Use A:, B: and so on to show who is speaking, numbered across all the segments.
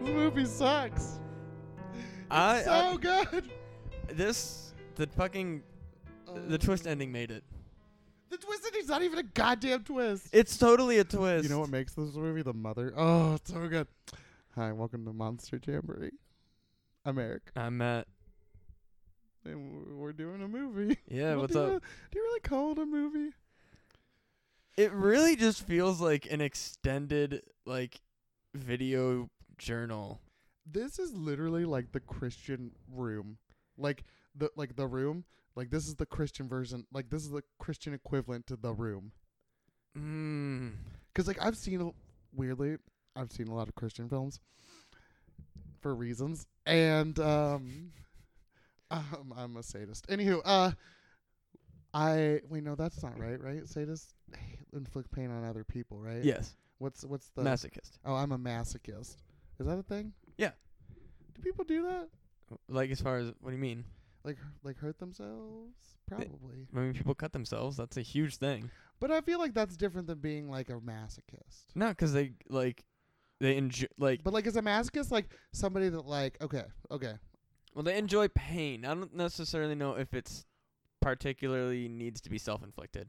A: movie sucks.
B: I,
A: so
B: I
A: good.
B: this the fucking
A: Uh.
B: the twist ending made it.
A: The twist ending's not even a goddamn twist.
B: It's totally a twist.
A: You know what makes this movie? The mother. Oh, it's so good. Hi, welcome to Monster Jamboree. I'm Eric,
B: I'm Matt.
A: and w- we're doing a movie.
B: Yeah,
A: What
B: what's
A: do you-
B: up?
A: do you really call it a movie?
B: It really just feels like an extended like video journal.
A: This is literally like the Christian room, like the like the room. Like this is the Christian version. Like this is the Christian equivalent to the room.
B: Mm.
A: Because like I've seen a- weirdly, I've seen a lot of Christian films for reasons, and um, um I'm a sadist. Anywho, uh, I we know that's not right, right? Sadists inflict pain on other people, right?
B: Yes,
A: What's what's the
B: masochist.
A: oh I'm a masochist. Is that a thing?
B: Yeah.
A: Do people do that?
B: Like as far as what do you mean?
A: Like like hurt themselves? Probably.
B: I mean, people cut themselves. That's a huge thing.
A: But I feel like that's different than being like a masochist.
B: No, 'cause they like they enjoy like
A: But like as a masochist, like somebody that like okay, okay.
B: well they enjoy pain. I don't necessarily know if it's particularly needs to be self inflicted.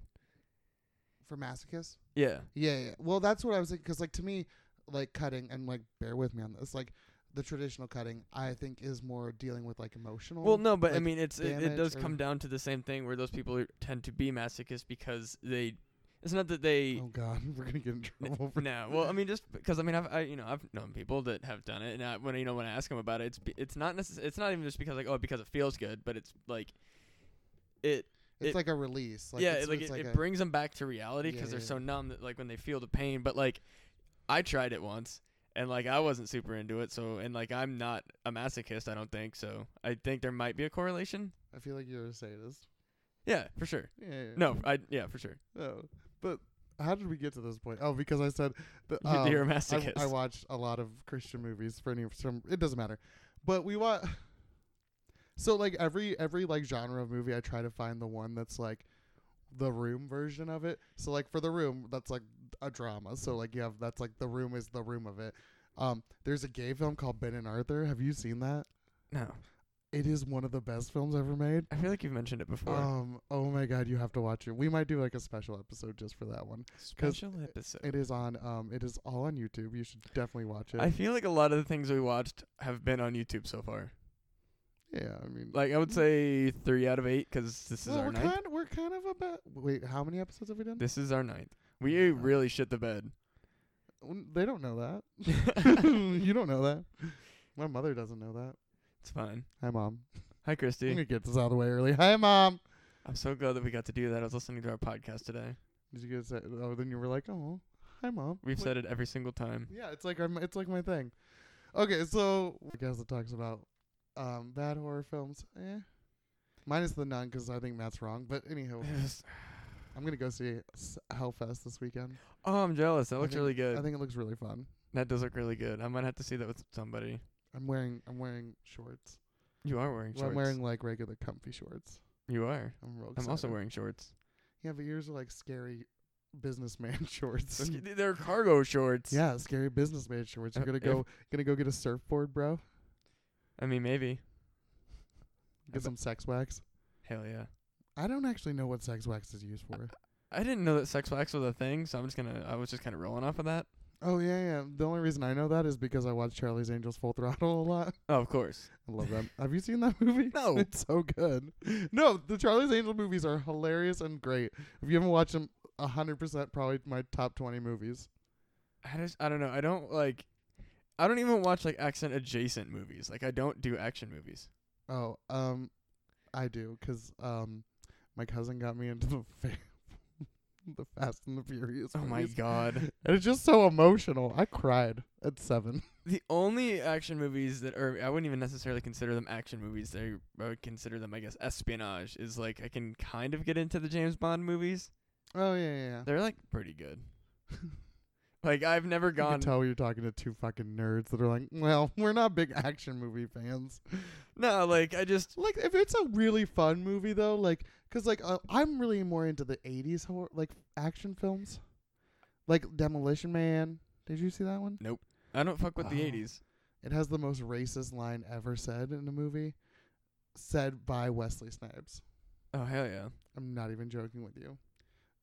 A: for masochists.
B: Yeah.
A: Yeah, yeah. Well, that's what I was thinking. Because like to me, like cutting and like bear with me on this. Like the traditional cutting, I think is more dealing with like emotional.
B: Well, no, but I
A: like,
B: mean, it's it, it
A: damage
B: does
A: or-
B: come down to the same thing where those people are- tend to be masochists because they. It's not that they.
A: Oh God, we're gonna get in trouble. For
B: No, well, I mean, just because I mean, I've I, you know I've known people that have done it, and I, when you know when I ask them about it, it's be- it's not necess- it's not even just because like oh because it feels good, but it's like it
A: it's
B: it-
A: like a release. Like,
B: yeah
A: it's,
B: it, like
A: it's
B: it,
A: like
B: it
A: a-
B: brings them back to reality
A: Yeah,
B: because they're
A: yeah,
B: so
A: yeah.
B: numb that like when they feel the pain, but like I tried it once and like I wasn't super into it, so and like I'm not a masochist, I don't think so. I think there might be a correlation.
A: I feel like you're a sadist.
B: Yeah, for sure.
A: Yeah. yeah.
B: No, I yeah for sure.
A: Oh, but how did we get to this point? Oh, because I said that,
B: You- you're a
A: um, I,
B: masochist.
A: I watched a lot of Christian movies for any some. It doesn't matter, but we watch. So like every every like genre of movie, I try to find the one that's like the room version of it. So like for the room, that's like a drama. So like you have that's like the room is the room of it. Um, there's a gay film called Ben and Arthur. Have you seen that?
B: No,
A: It is one of the best films ever made.
B: I feel like you've mentioned it before.
A: Um, oh my god, you have to watch it. We might do like a special episode just for that one.
B: Special episode.
A: It is on. Um, it is all on YouTube. You should definitely watch it.
B: I feel like a lot of the things we watched have been on YouTube so far.
A: yeah, I mean,
B: Like I would say three out of eight because this is
A: Mm. well,
B: our
A: we're
B: ninth.
A: kind. We're kind of about. Wait, how many episodes have we done?
B: this is our ninth. We
A: Wow.
B: really shit the bed.
A: Mm, They don't know that.
B: it's
A: you don't know that. My mother doesn't know that.
B: fine.
A: Hi, mom.
B: Hi,
A: I'm
B: Christy.
A: gonna get this out of the way early. Hi, mom.
B: I'm so glad that we got to do that. I was listening to our podcast today.
A: Did you get say? Oh, then you were like, oh, hi, mom.
B: We've
A: Like-
B: said it every single time.
A: Yeah, it's like I'm, it's like my thing. Okay, so I guess it talks about um bad horror films. Eh, minus the nun because I think that's wrong. But anyhow, I'm gonna go see S- Hellfest this weekend.
B: oh, I'm jealous. That
A: I
B: looks
A: think-
B: really
A: I
B: good.
A: think it looks really fun.
B: That does look really good. I might have to see that with somebody.
A: I'm wearing I'm wearing shorts.
B: You are wearing shorts.
A: Well, I'm wearing like regular comfy shorts.
B: You are.
A: I'm real
B: I'm
A: excited.
B: also wearing shorts.
A: Yeah, but yours are like scary businessman shorts.
B: Th- They're cargo shorts.
A: yeah, scary businessman shorts. You're
B: Uh,
A: gonna
B: if-
A: go gonna go get a surfboard, bro.
B: I mean, maybe.
A: Get
B: bet-
A: some sex wax.
B: Hell yeah.
A: I don't actually know what sex wax is used for.
B: I didn't know that sex wax was a thing, so I'm just gonna. I was just kind of rolling off of that.
A: Oh yeah, yeah. The only reason I know that is because I watch Charlie's Angels Full Throttle a lot.
B: Oh, of course.
A: I love them. Have you seen that movie?
B: No.
A: It's so good. No, the Charlie's Angel movies are hilarious and great. If you haven't watched them, 100% probably my top 20 movies.
B: I just. I don't know. I don't like. I don't even watch like accent adjacent movies. Like I don't do action movies.
A: Oh, um, I do, 'cause um, my cousin got me into the fa- the Fast and the Furious.
B: Oh my
A: movies.
B: god.
A: And it's just so emotional. I cried at seven.
B: The only action movies that are I wouldn't even necessarily consider them action movies. They I would consider them, I guess, espionage. Is like I can kind of get into the James Bond movies.
A: Oh yeah, yeah. yeah.
B: They're like pretty good. like I've never
A: You can
B: gone.
A: tell you're talking to two fucking nerds that are like, well, we're not big action movie fans.
B: No, like I just.
A: Like, if it's a really fun movie though, like, cause like uh, I'm really more into the '80s horror, like action films, like Demolition Man. Did you see that one?
B: I don't fuck with the
A: Oh.
B: '80s.
A: It has the most racist line ever said in a movie, said by Wesley Snipes.
B: Oh hell yeah!
A: I'm not even joking with you.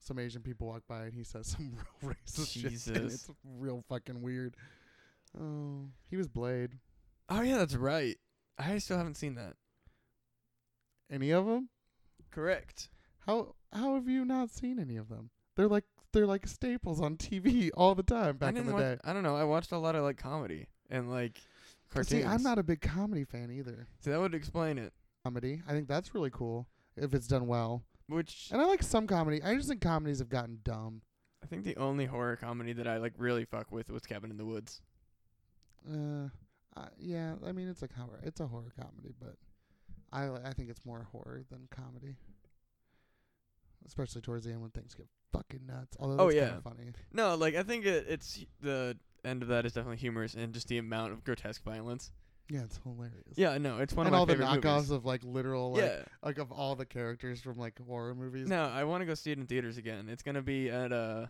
A: Some Asian people walk by and he says some real racist shit. And
B: Jesus.
A: it's real fucking weird. Oh, he was Blade.
B: Oh yeah, that's right. I still haven't seen that.
A: Any of them?
B: Correct.
A: How how have you not seen any of them? They're like they're like staples on TV all the time
B: I
A: back in
B: didn't
A: the
B: wa-
A: day.
B: I don't know. I watched a lot of like comedy and like cartoons.
A: See, I'm not a big comedy fan either.
B: So that would explain it.
A: Comedy, I think that's really cool if it's done well.
B: Which
A: And I like some comedy. I just think comedies have gotten dumb.
B: I think the only horror comedy that I like really fuck with was Cabin in the Woods.
A: Uh, I yeah. I mean, it's a horror. It's a horror comedy, but I li- I think it's more horror than comedy. Especially towards the end when things get fucking nuts. Although that's
B: Oh,
A: kinda
B: yeah.
A: funny.
B: No, like I think it, it's the end of that is definitely humorous and just the amount of grotesque violence.
A: Yeah, it's hilarious.
B: Yeah, no, it's one
A: and
B: of my
A: all the
B: favorite
A: knockoffs
B: movies.
A: of like literal like
B: yeah,
A: like of all the characters from like horror movies.
B: no, I want to go see it in theaters again. It's gonna be at uh,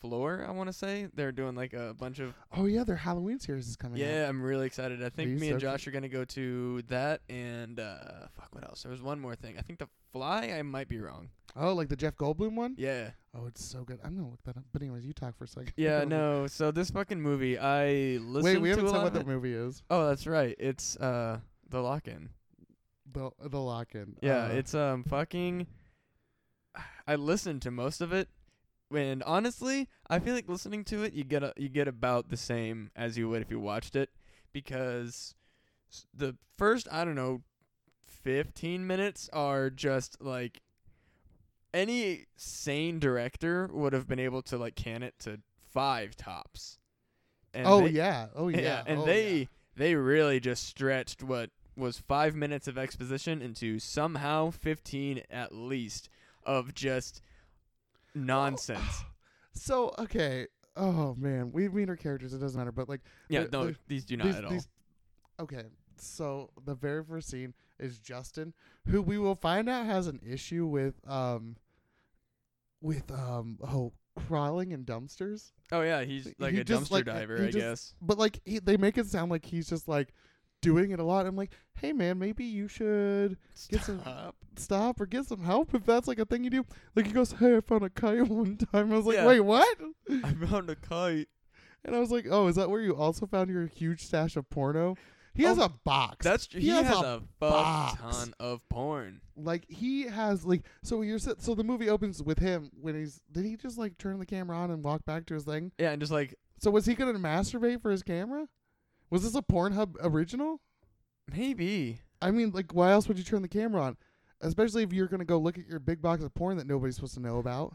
B: floor. I want to say they're doing like a bunch of
A: Oh yeah, their Halloween series is coming. out.
B: Yeah, I'm really excited. I think
A: you
B: me and
A: so-
B: Josh are gonna go to that and uh fuck what else? There was one more thing. I think the fly I might be wrong.
A: Oh, like the Jeff Goldblum one.
B: Yeah.
A: Oh, it's so good. I'm gonna look that up. But anyways, you talk for a second.
B: Yeah, no. So this fucking movie I
A: Wait,
B: listened
A: we
B: to
A: haven't
B: a
A: said
B: lot
A: what
B: of
A: the
B: it.
A: movie is.
B: Oh, that's right. It's uh The Lock In.
A: The the Uh, lock in.
B: Yeah, it's um fucking I listened to most of it. And honestly, I feel like listening to it you get a, you get about the same as you would if you watched it because s- the first, I don't know, 15 minutes are just like any sane director would have been able to like can it to 5 tops. And
A: oh
B: they-
A: yeah. Oh yeah.
B: and
A: Oh,
B: they
A: yeah.
B: they really just stretched what was five minutes of exposition into somehow fifteen at least of just nonsense.
A: So okay. Oh man, we mean our characters. It doesn't matter. But like
B: yeah,
A: There-
B: no,
A: there-
B: these do not
A: these,
B: at all.
A: these- okay. So the very first scene is Justin, who we will find out has an issue with um with um oh crawling in dumpsters.
B: oh yeah, he's
A: he
B: like a
A: just,
B: dumpster
A: like,
B: diver,
A: he
B: I
A: just-
B: guess.
A: But like he, they make it sound like he's just like doing it a lot. I'm like, hey man, maybe you should gets a-
B: Stop.
A: stop or get some help if that's like a thing you do. Like he goes, hey, I found a kite one time. I was like,
B: Yeah.
A: wait, what?
B: I found a kite.
A: And I was like, oh, is that where you also found your huge stash of porno? He has
B: Oh,
A: a box.
B: That's he, has, a, fuck
A: box.
B: ton of porn.
A: like he has like so you're s- so the movie opens with him when he's did he just like turn the camera on and walk back to his thing?
B: Yeah, and just like
A: So was he gonna masturbate for his camera? Was this a Pornhub original?
B: maybe.
A: I mean, like, why else would you turn the camera on? Especially if you're gonna go look at your big box of porn that nobody's supposed to know about,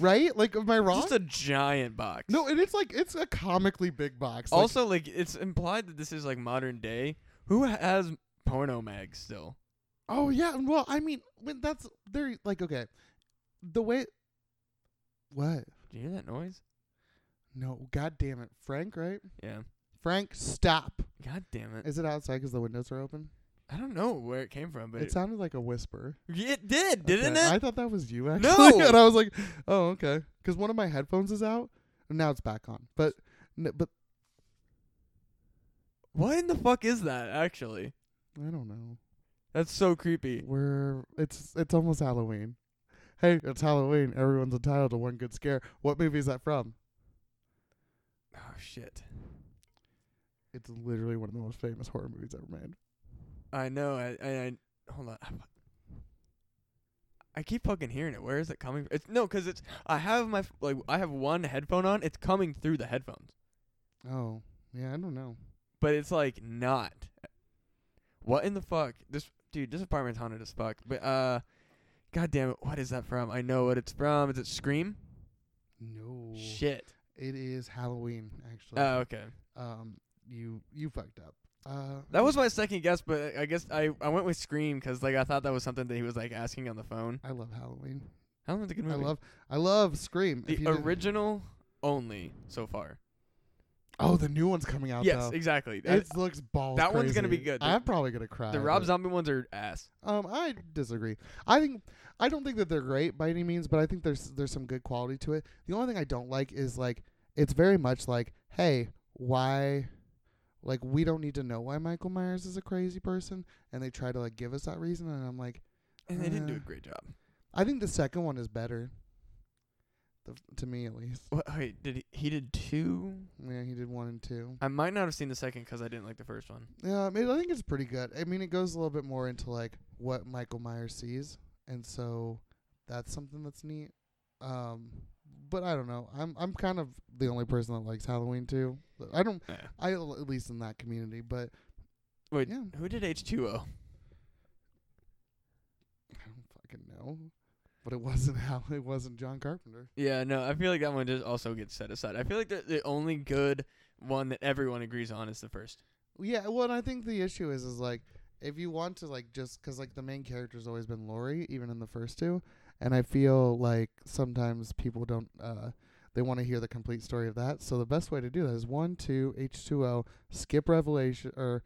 A: right? Like, am I wrong?
B: Just a giant box.
A: no, and it's like it's a comically big box. Like,
B: also like it's implied that this is like modern day. Who has porno mags still?
A: oh yeah. and Well, I mean, when that's they're like okay, the way. What?
B: Do you hear that noise?
A: No, god damn it, Frank. Right,
B: Yeah.
A: Frank, stop.
B: God damn it.
A: Is it outside because the windows are open?
B: I don't know where it came from, but
A: It
B: it,
A: sounded like a whisper.
B: it did, didn't
A: Okay,
B: it?
A: I thought that was you actually.
B: No!
A: and I was like, oh okay, because one of my headphones is out. and Now it's back on, but n- but
B: what in the fuck is that actually?
A: I don't know.
B: That's so creepy.
A: We're it's it's almost Halloween. Hey, it's Halloween. Everyone's entitled to one good scare. What movie is that from?
B: Oh shit.
A: It's literally one of the most famous horror movies ever made.
B: I know. I I, I hold on. I fu- I keep fucking hearing it. Where is it coming? It's no, cause it's. I have my f- like. I have one headphone on. It's coming through the headphones,
A: Oh, yeah, I don't know.
B: but it's like not. What in the fuck? This dude. This apartment's haunted as fuck. But uh, god damn it. What is that from? I know what it's from. Is it Scream?
A: No.
B: Shit.
A: It is Halloween, actually.
B: Oh okay.
A: um, you you fucked up. Uh,
B: That was my second guess, but I guess I, I went with Scream because like I thought that was something that he was like asking on the phone.
A: I love Halloween.
B: How long a good
A: I
B: movie?
A: love I love Scream.
B: the
A: If you didn't-
B: original only so far.
A: oh, the new one's coming out.
B: yes,
A: though.
B: exactly. That,
A: it looks balls.
B: that one's gonna be
A: crazy.
B: good. The-
A: I'm probably gonna cry.
B: the Rob
A: but-
B: Zombie ones are ass.
A: Um, I disagree. I think I don't think that they're great by any means, but I think there's there's some good quality to it. The only thing I don't like is like it's very much like, hey, why, like we don't need to know why Michael Myers is a crazy person, and they try to like give us that reason, and I'm like,
B: And they didn't do
A: Uh,
B: a great job.
A: I think the second one is better. The, to me, at least.
B: What, wait, did he, he did two?
A: Yeah, he did one and two.
B: I might not have seen the second 'cause I didn't like the first one.
A: Yeah, I, mean, I think it's pretty good. I mean, it goes a little bit more into like what Michael Myers sees, and so that's something that's neat. Um, but I don't know. I'm I'm kind of the only person that likes Halloween too. I don't.
B: Yeah.
A: I at least in that community, but
B: Wait,
A: yeah,
B: who did H two O?
A: I don't fucking know. But it wasn't how it wasn't John Carpenter.
B: Yeah, no, I feel like that one just also gets set aside. I feel like the the only good one that everyone agrees on is the first.
A: Yeah, well, and I think the issue is is like if you want to like just because like the main character's always been Laurie, even in the first two, and I feel like sometimes people don't uh they want to hear the complete story of that. So the best way to do that is one, two, H two O, skip Revelation or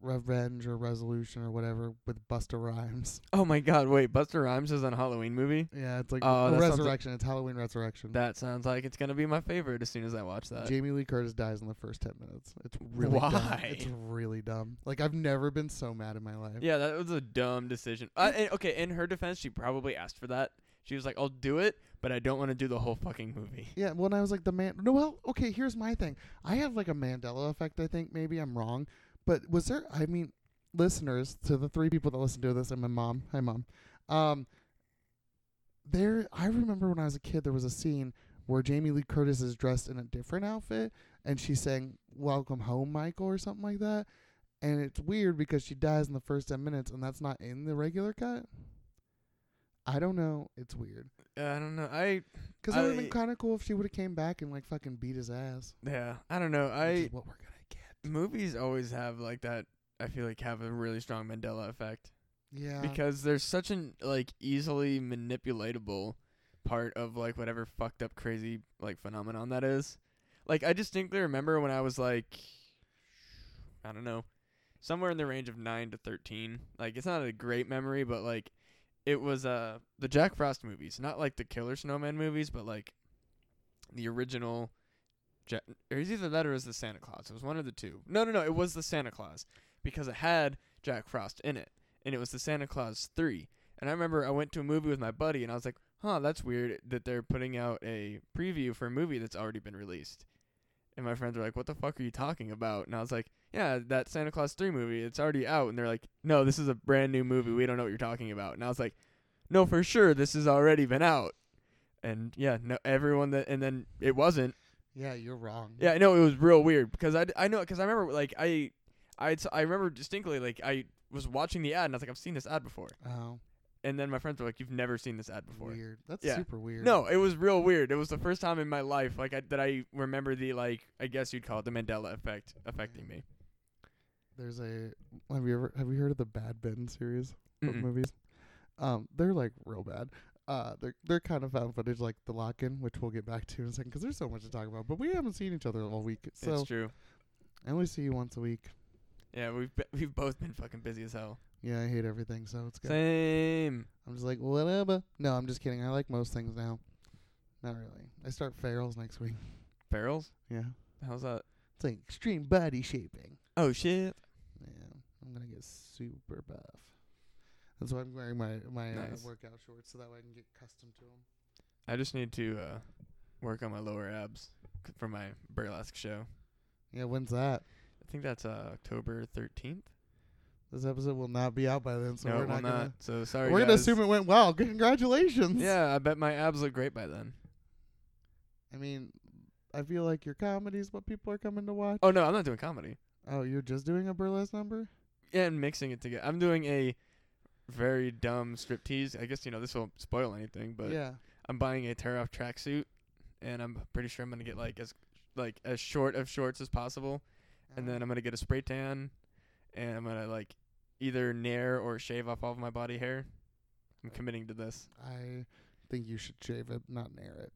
A: Revenge or Resolution or whatever with Busta Rhymes.
B: Oh my God! Wait, Buster Rhymes is on a Halloween movie.
A: Yeah, it's like
B: Oh, that sounds like-
A: Resurrection. It's Halloween Resurrection.
B: That sounds like it's gonna be my favorite as soon as I watch that.
A: Jamie Lee Curtis dies in the first ten minutes. It's really dumb.
B: Why?
A: It's really dumb. Like I've never been so mad in my life.
B: yeah, that was a dumb decision. I, and, okay, in her defense, she probably asked for that. She was like, "I'll do it, but I don't want to do the whole fucking movie."
A: Yeah, when I was like the man. No, well, okay. Here's my thing. I have like a Mandela effect. I think maybe I'm wrong, but was there? I mean, listeners to the three people that listen to this and my mom. Hi, mom. Um, there. I remember when I was a kid, there was a scene where Jamie Lee Curtis is dressed in a different outfit, and she's saying "Welcome home, Michael" or something like that. And it's weird because she dies in the first ten minutes, and that's not in the regular cut. I don't know. It's weird.
B: Uh, I don't know. I
A: Because it would have
B: I-
A: been kind of cool if she would have came back and like fucking beat his ass.
B: yeah, I don't know.
A: which
B: I
A: is what we're gonna get.
B: movies always have like that. I feel like have a really strong Mandela effect.
A: Yeah.
B: because there's such an like easily manipulatable part of like whatever fucked up crazy like phenomenon that is. Like I distinctly remember when I was like I don't know, somewhere in the range of 9 to 13. Like it's not a great memory but like it was uh the Jack Frost movies, not like the Killer Snowman movies, but like the original Ja- or it was either that or it was the Santa Claus. It was one of the two. No, no, no, it was the Santa Claus because it had Jack Frost in it and it was the Santa Claus 3. And I remember I went to a movie with my buddy and I was like, huh, that's weird that they're putting out a preview for a movie that's already been released. And my friends were like, what the fuck are you talking about? And I was like, yeah, that Santa Claus 3 movie, it's already out. And they're like, no, this is a brand new movie. We don't know what you're talking about. And I was like, no, for sure, this has already been out. And yeah, no, everyone that, and then it wasn't.
A: yeah, you're wrong.
B: Yeah, I know it was real weird because I, d- I know because I remember like I I I remember distinctly like I was watching the ad and I was like I've seen this ad before
A: Oh,
B: and then my friends were like you've never seen this ad before.
A: weird. That's
B: Yeah.
A: super weird.
B: No, it was real weird. It was the first time in my life like I, that I remember the like I guess you'd call it the Mandela effect affecting me.
A: There's a. Have you ever have you heard of the Bad Ben series of
B: Mm-mm.
A: movies? Um, they're like real bad. Uh, they're they're kind of found footage like the Lock-in, which we'll get back to in a second because there's so much to talk about. But we haven't seen each other all week, so
B: it's true.
A: I only see you once a week.
B: Yeah, we've be- we've both been fucking busy as hell.
A: Yeah, I hate everything, so it's good.
B: Same.
A: I'm just like whatever. No, I'm just kidding. I like most things now. Not really. I start ferals next week.
B: Barrels?
A: Yeah.
B: How's that?
A: It's like extreme body shaping.
B: Oh shit.
A: Yeah, I'm gonna get super buff. That's why I'm wearing my my
B: Nice.
A: uh, workout shorts so that way I can get accustomed to them.
B: I just need to uh work on my lower abs c- for my burlesque show.
A: Yeah, when's that?
B: I think that's uh, October 13th.
A: This episode will not be out by then, so
B: no,
A: we're
B: it will
A: not
B: not
A: gonna.
B: So sorry.
A: we're gonna
B: guys.
A: assume it went well. Congratulations.
B: Yeah, I bet my abs look great by then.
A: I mean, I feel like your comedy is what people are coming to watch.
B: Oh no, I'm not doing comedy.
A: Oh, you're just doing a burlesque number?
B: Yeah, and mixing it together. I'm doing a very dumb striptease. I guess you know this won't spoil anything, but
A: yeah.
B: I'm buying a tear off tracksuit, and I'm pretty sure I'm gonna get like as like as short of shorts as possible, and
A: Uh-huh.
B: then I'm gonna get a spray tan, and I'm gonna like either nair or shave off all of my body hair. I'm committing to this.
A: I think you should shave it, not nair it.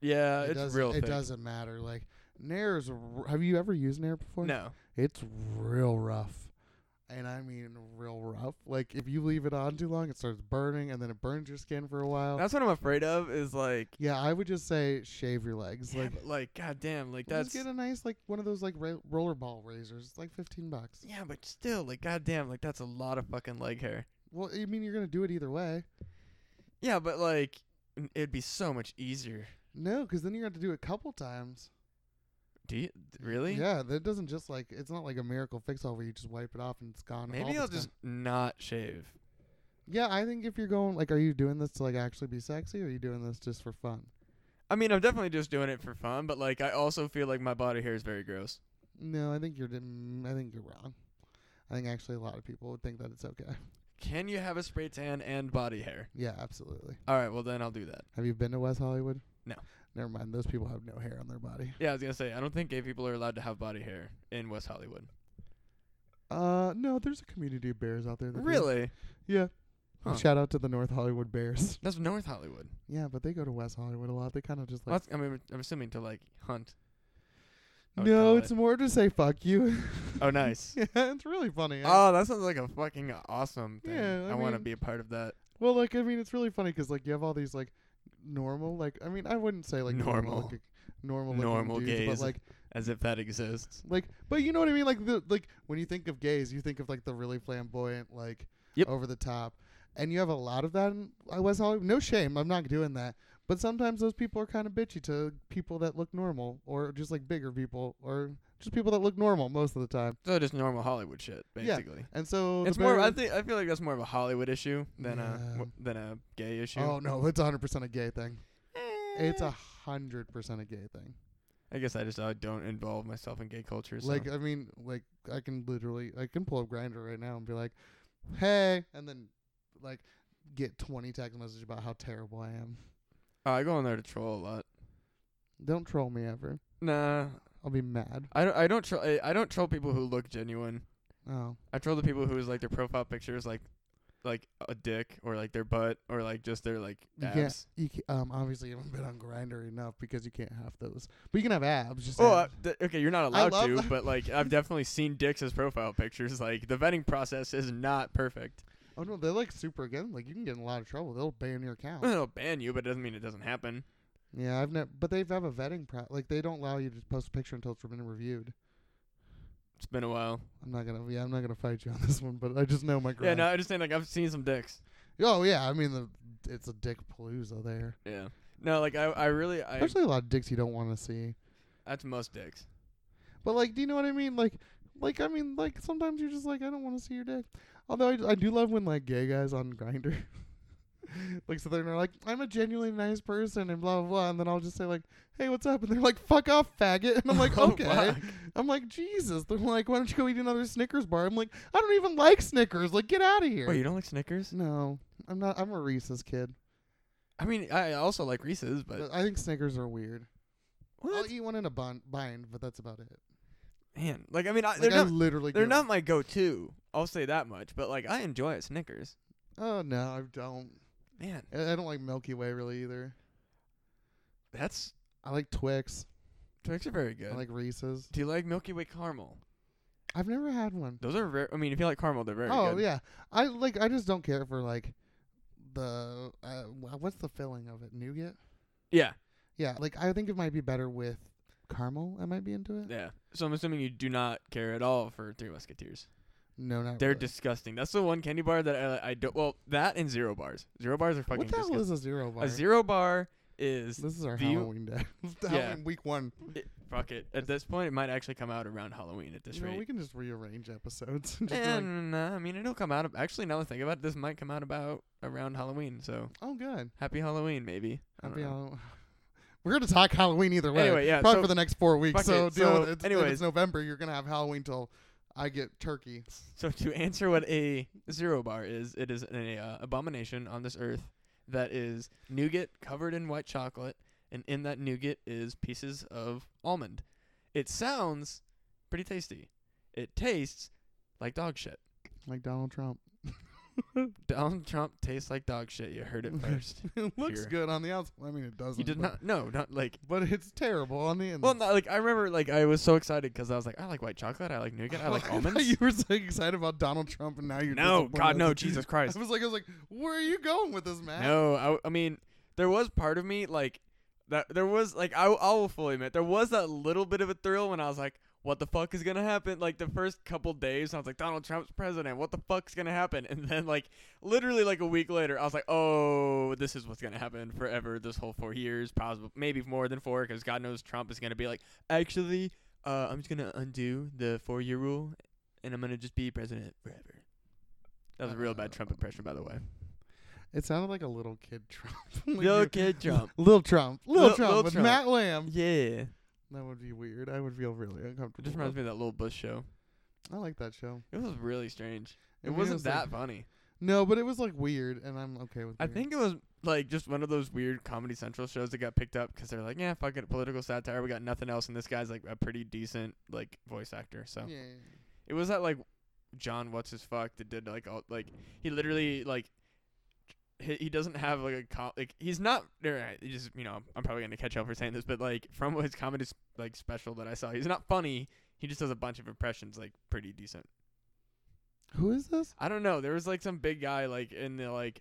B: Yeah,
A: it
B: Uh, it's
A: doesn't,
B: real.
A: It
B: thick.
A: doesn't matter. Like nair is. r- have you ever used nair before?
B: No.
A: It's real rough. and I mean real rough. Like if you leave it on too long, it starts burning, and then it burns your skin for a while.
B: That's what I'm afraid of. Is like,
A: yeah, I would just say shave your legs.
B: yeah,
A: Like
B: but like, goddamn, like that's
A: just get a nice like one of those like ra- rollerball razors. It's like fifteen bucks.
B: yeah, but still, like, goddamn, like that's a lot of fucking leg hair.
A: Well, I mean you're gonna do it either way.
B: Yeah, but like, n- it'd be so much easier.
A: No, because then you have to do it a couple times.
B: Do you th- really?
A: Yeah, that doesn't just like it's not like a miracle fix all where you just wipe it off and it's gone. all
B: Maybe
A: the
B: I'll
A: time.
B: just not shave.
A: Yeah, I think if you're going like, are you doing this to like actually be sexy, or are you doing this just for fun?
B: I mean, I'm definitely just doing it for fun, but like, I also feel like my body hair is very gross.
A: No, I think you're. dim- I think you're wrong. I think actually a lot of people would think that it's okay.
B: Can you have a spray tan and body hair?
A: Yeah, absolutely.
B: All right, well then I'll do that.
A: Have you been to West Hollywood?
B: No.
A: Never mind. Those people have no hair on their body.
B: Yeah, I was gonna say I don't think gay people are allowed to have body hair in West Hollywood.
A: Uh, no. There's a community of bears out there. that do.
B: Really?
A: Yeah.
B: Huh.
A: Shout out to the North Hollywood Bears.
B: That's North Hollywood.
A: Yeah, but they go to West Hollywood a lot. They kind of just
B: Well,
A: like.
B: that's- I mean, I'm assuming to like hunt. I would
A: No,
B: call
A: it's
B: it.
A: more to say fuck you.
B: oh nice.
A: yeah, it's really funny. I-
B: Oh, that sounds like a fucking awesome thing.
A: Yeah, I
B: I, want to
A: mean-
B: be a part of that.
A: Well, like I mean, it's really funny 'cause like you have all these like normal, like I mean, I wouldn't say like normal,
B: Normal.
A: looking, normal, looking
B: Normal
A: dudes,
B: gays.
A: but like,
B: As if that exists.
A: like, but you know what I mean? Like the like when you think of gays, you think of like the really flamboyant, like
B: Yep.
A: over the top, and you have a lot of that in uh, West Hollywood. No shame, I'm not doing that. But sometimes those people are kind of bitchy to people that look normal, or just like bigger people, or just people that look normal most of the time.
B: So just normal Hollywood shit,
A: Yeah,
B: basically.
A: And so the
B: It's more.
A: better-
B: I think I feel like that's more of a Hollywood issue than
A: Yeah.
B: a w- than a gay issue.
A: Oh no, it's 100 percent a gay thing. It's
B: Eh.
A: a hundred percent a gay thing.
B: I guess I just I don't involve myself in gay culture. So.
A: Like I mean, like I can literally I can pull up grinder right now and be like, "Hey," and then like get twenty text messages about how terrible I am.
B: Oh, I go on there to troll a lot.
A: Don't troll me ever.
B: Nah,
A: I'll be mad.
B: I don't. I don't troll. I, I don't troll people who look genuine.
A: Oh,
B: I troll the people who is like their profile picture is like, like a dick or like their butt or like just their like
A: You can't-
B: abs.
A: you ca um obviously you haven't been on grinder enough because you can't have those, but you can have abs. Just
B: Oh, uh,
A: abs.
B: th- okay. You're not allowed
A: love
B: to,
A: that.
B: but like I've definitely seen dicks as profile pictures. Like the vetting process is not perfect.
A: oh no, they're like super again. Like you can get in a lot of trouble. They'll ban your account.
B: They'll ban you, but it doesn't mean it doesn't happen.
A: yeah, I've never. But they have a vetting pro. Like they don't allow you to post a picture until it's been reviewed.
B: It's been a while.
A: I'm not gonna. Yeah, I'm not gonna fight you on this one. But I just know my. Grind.
B: Yeah, no, I just saying like I've seen some dicks.
A: Oh yeah, I mean the it's a dick palooza there.
B: Yeah. No, like I, I really, I
A: Especially a lot of dicks you don't want to see.
B: that's most dicks.
A: But like, do you know what I mean? Like, like I mean, like sometimes you're just like, I don't want to see your dick. Although I, I do love when like gay guys on Grinder, like so they're like, I'm a genuinely nice person and blah blah blah, and then I'll just say like, Hey, what's up? And they're like, Fuck off, faggot. And I'm like,
B: Oh,
A: Okay.
B: fuck.
A: I'm like, Jesus. They're like, Why don't you go eat another Snickers bar? I'm like, I don't even like Snickers. Like, get out of here.
B: Wait, you don't like Snickers?
A: no, I'm not. I'm a Reese's kid.
B: I mean, I also like Reese's, but
A: I think Snickers are weird.
B: what?
A: I'll eat one in a bun- bind, but that's about it.
B: Man, like I mean, I,
A: Like,
B: they're
A: I
B: not
A: literally
B: They're
A: give-
B: not my go-to. I'll say that much. But like, I enjoy a Snickers.
A: Oh no, I don't.
B: Man,
A: I I don't like Milky Way really either.
B: that's
A: I like Twix.
B: Twix are very good.
A: I like Reese's.
B: Do you like Milky Way caramel?
A: I've never had one.
B: Those are rare. I mean, if you like caramel, they're very
A: oh
B: good.
A: yeah, I like. I just don't care for like the uh, wh- what's the filling of it? Nougat.
B: yeah,
A: Yeah, like I think it might be better with caramel. I might be into it.
B: yeah. So I'm assuming you do not care at all for Three Musketeers.
A: No, not
B: They're
A: really.
B: disgusting. That's the one candy bar that I, I don't. Well, that and zero bars. Zero bars are fucking.
A: What the hell
B: disgusting.
A: is a zero bar?
B: A zero bar is
A: This is our
B: Do you-
A: Halloween day.
B: Yeah.
A: Halloween week one.
B: it, fuck it. At this point, it might actually come out around Halloween. At this
A: you know,
B: rate,
A: we can just rearrange episodes. and just be like,
B: and uh, I mean, it'll come out. Of, actually, now that I think about it, this might come out about around Halloween. So
A: oh, good.
B: Happy Halloween, maybe. I don't
A: Happy
B: know.
A: Hall- We're gonna talk Halloween either way.
B: Anyway, yeah,
A: Probably
B: so-
A: for the next four weeks.
B: Fuck
A: So,
B: it,
A: deal with
B: so
A: it. It's- if it's
B: anyways.
A: November, you're gonna have Halloween till I get turkey.
B: So to answer what a zero bar is, it is an uh, abomination on this earth that is nougat covered in white chocolate, and in that nougat is pieces of almond. It sounds pretty tasty. It tastes like dog shit.
A: Like Donald Trump.
B: Donald Trump tastes like dog shit. You heard it first.
A: it looks
B: Here.
A: good on the outside. I mean, it doesn't. Mm.
B: you did
A: but-
B: not. No, not like.
A: But it's terrible on the inside.
B: Well, not like I remember. Like I was so excited because I was like, I like white chocolate. I like nougat. I like
A: thought
B: almonds.
A: You were so excited about Donald Trump, and now you're
B: no,
A: disappointed.
B: God, no, Jesus
A: I
B: Christ.
A: was like, I was like, where are you going with this, man?
B: No, I, w- I mean, there was part of me like that. There was like I, I will fully admit there was that little bit of a thrill when I was like, "What the fuck is gonna happen?" Like the first couple days, I was like, "Donald Trump's president. What the fuck's gonna happen?" And then like literally like a week later, I was like, "Oh, this is what's gonna happen forever. This whole four years, possibly maybe more than four, because God knows Trump is gonna be like, actually, uh, I'm just gonna undo the four year rule, and I'm gonna just be president forever." That was a real bad Trump impression, by the way.
A: Uh, It sounded like a little kid Trump.
B: Little kid Trump.
A: Little Trump. Little
B: Lil-
A: Trump
B: Lil
A: with
B: Trump.
A: Matt Lamb.
B: Yeah.
A: That would be weird. I would feel really uncomfortable.
B: It just reminds me of that little Bush show.
A: I like that show.
B: It was really strange. It
A: I mean,
B: wasn't
A: was, like-
B: that funny.
A: no, but it was like weird, and I'm okay with.
B: I
A: weird.
B: think it was like just one of those weird Comedy Central shows that got picked up because they're like, yeah, fuck it, political satire. We got nothing else, and this guy's like a pretty decent like voice actor. So
A: Yeah, yeah,
B: it was that like John what's his fuck that did like all like he literally like he, he doesn't have like a com- like he's not er, he just you know I'm probably gonna catch hell for saying this but like from his comedy s- like special that I saw he's not funny he just does a bunch of impressions like pretty decent.
A: yeah. Who is this?
B: I don't know. There was like some big guy like in the like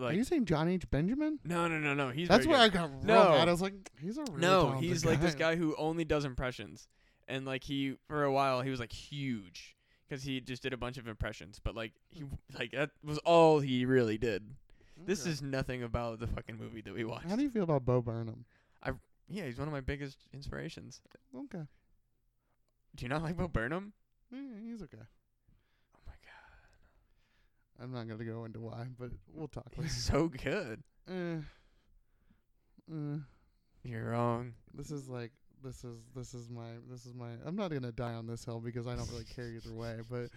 A: Are you
B: like
A: saying John H. Benjamin?
B: no no no no he's
A: That's
B: very
A: where I
B: good.
A: got real
B: No.
A: mad. I was like, he's a really
B: no
A: talented
B: he's like this
A: guy.
B: guy who only does impressions and like he for a while he was like huge because he just did a bunch of impressions but like he like that was all he really did. This
A: Okay.
B: is nothing about the fucking movie that we watched.
A: How do you feel about Bo Burnham?
B: yeah, he's one of my biggest inspirations.
A: Okay,
B: Do you not like Bo Burnham?
A: yeah, he's okay.
B: Oh my god,
A: I'm not gonna go into why, but we'll talk later.
B: he's so good.
A: Eh. Eh.
B: You're wrong.
A: this is like this is this is my this is my I'm not gonna die on this hill because I don't really care either way, but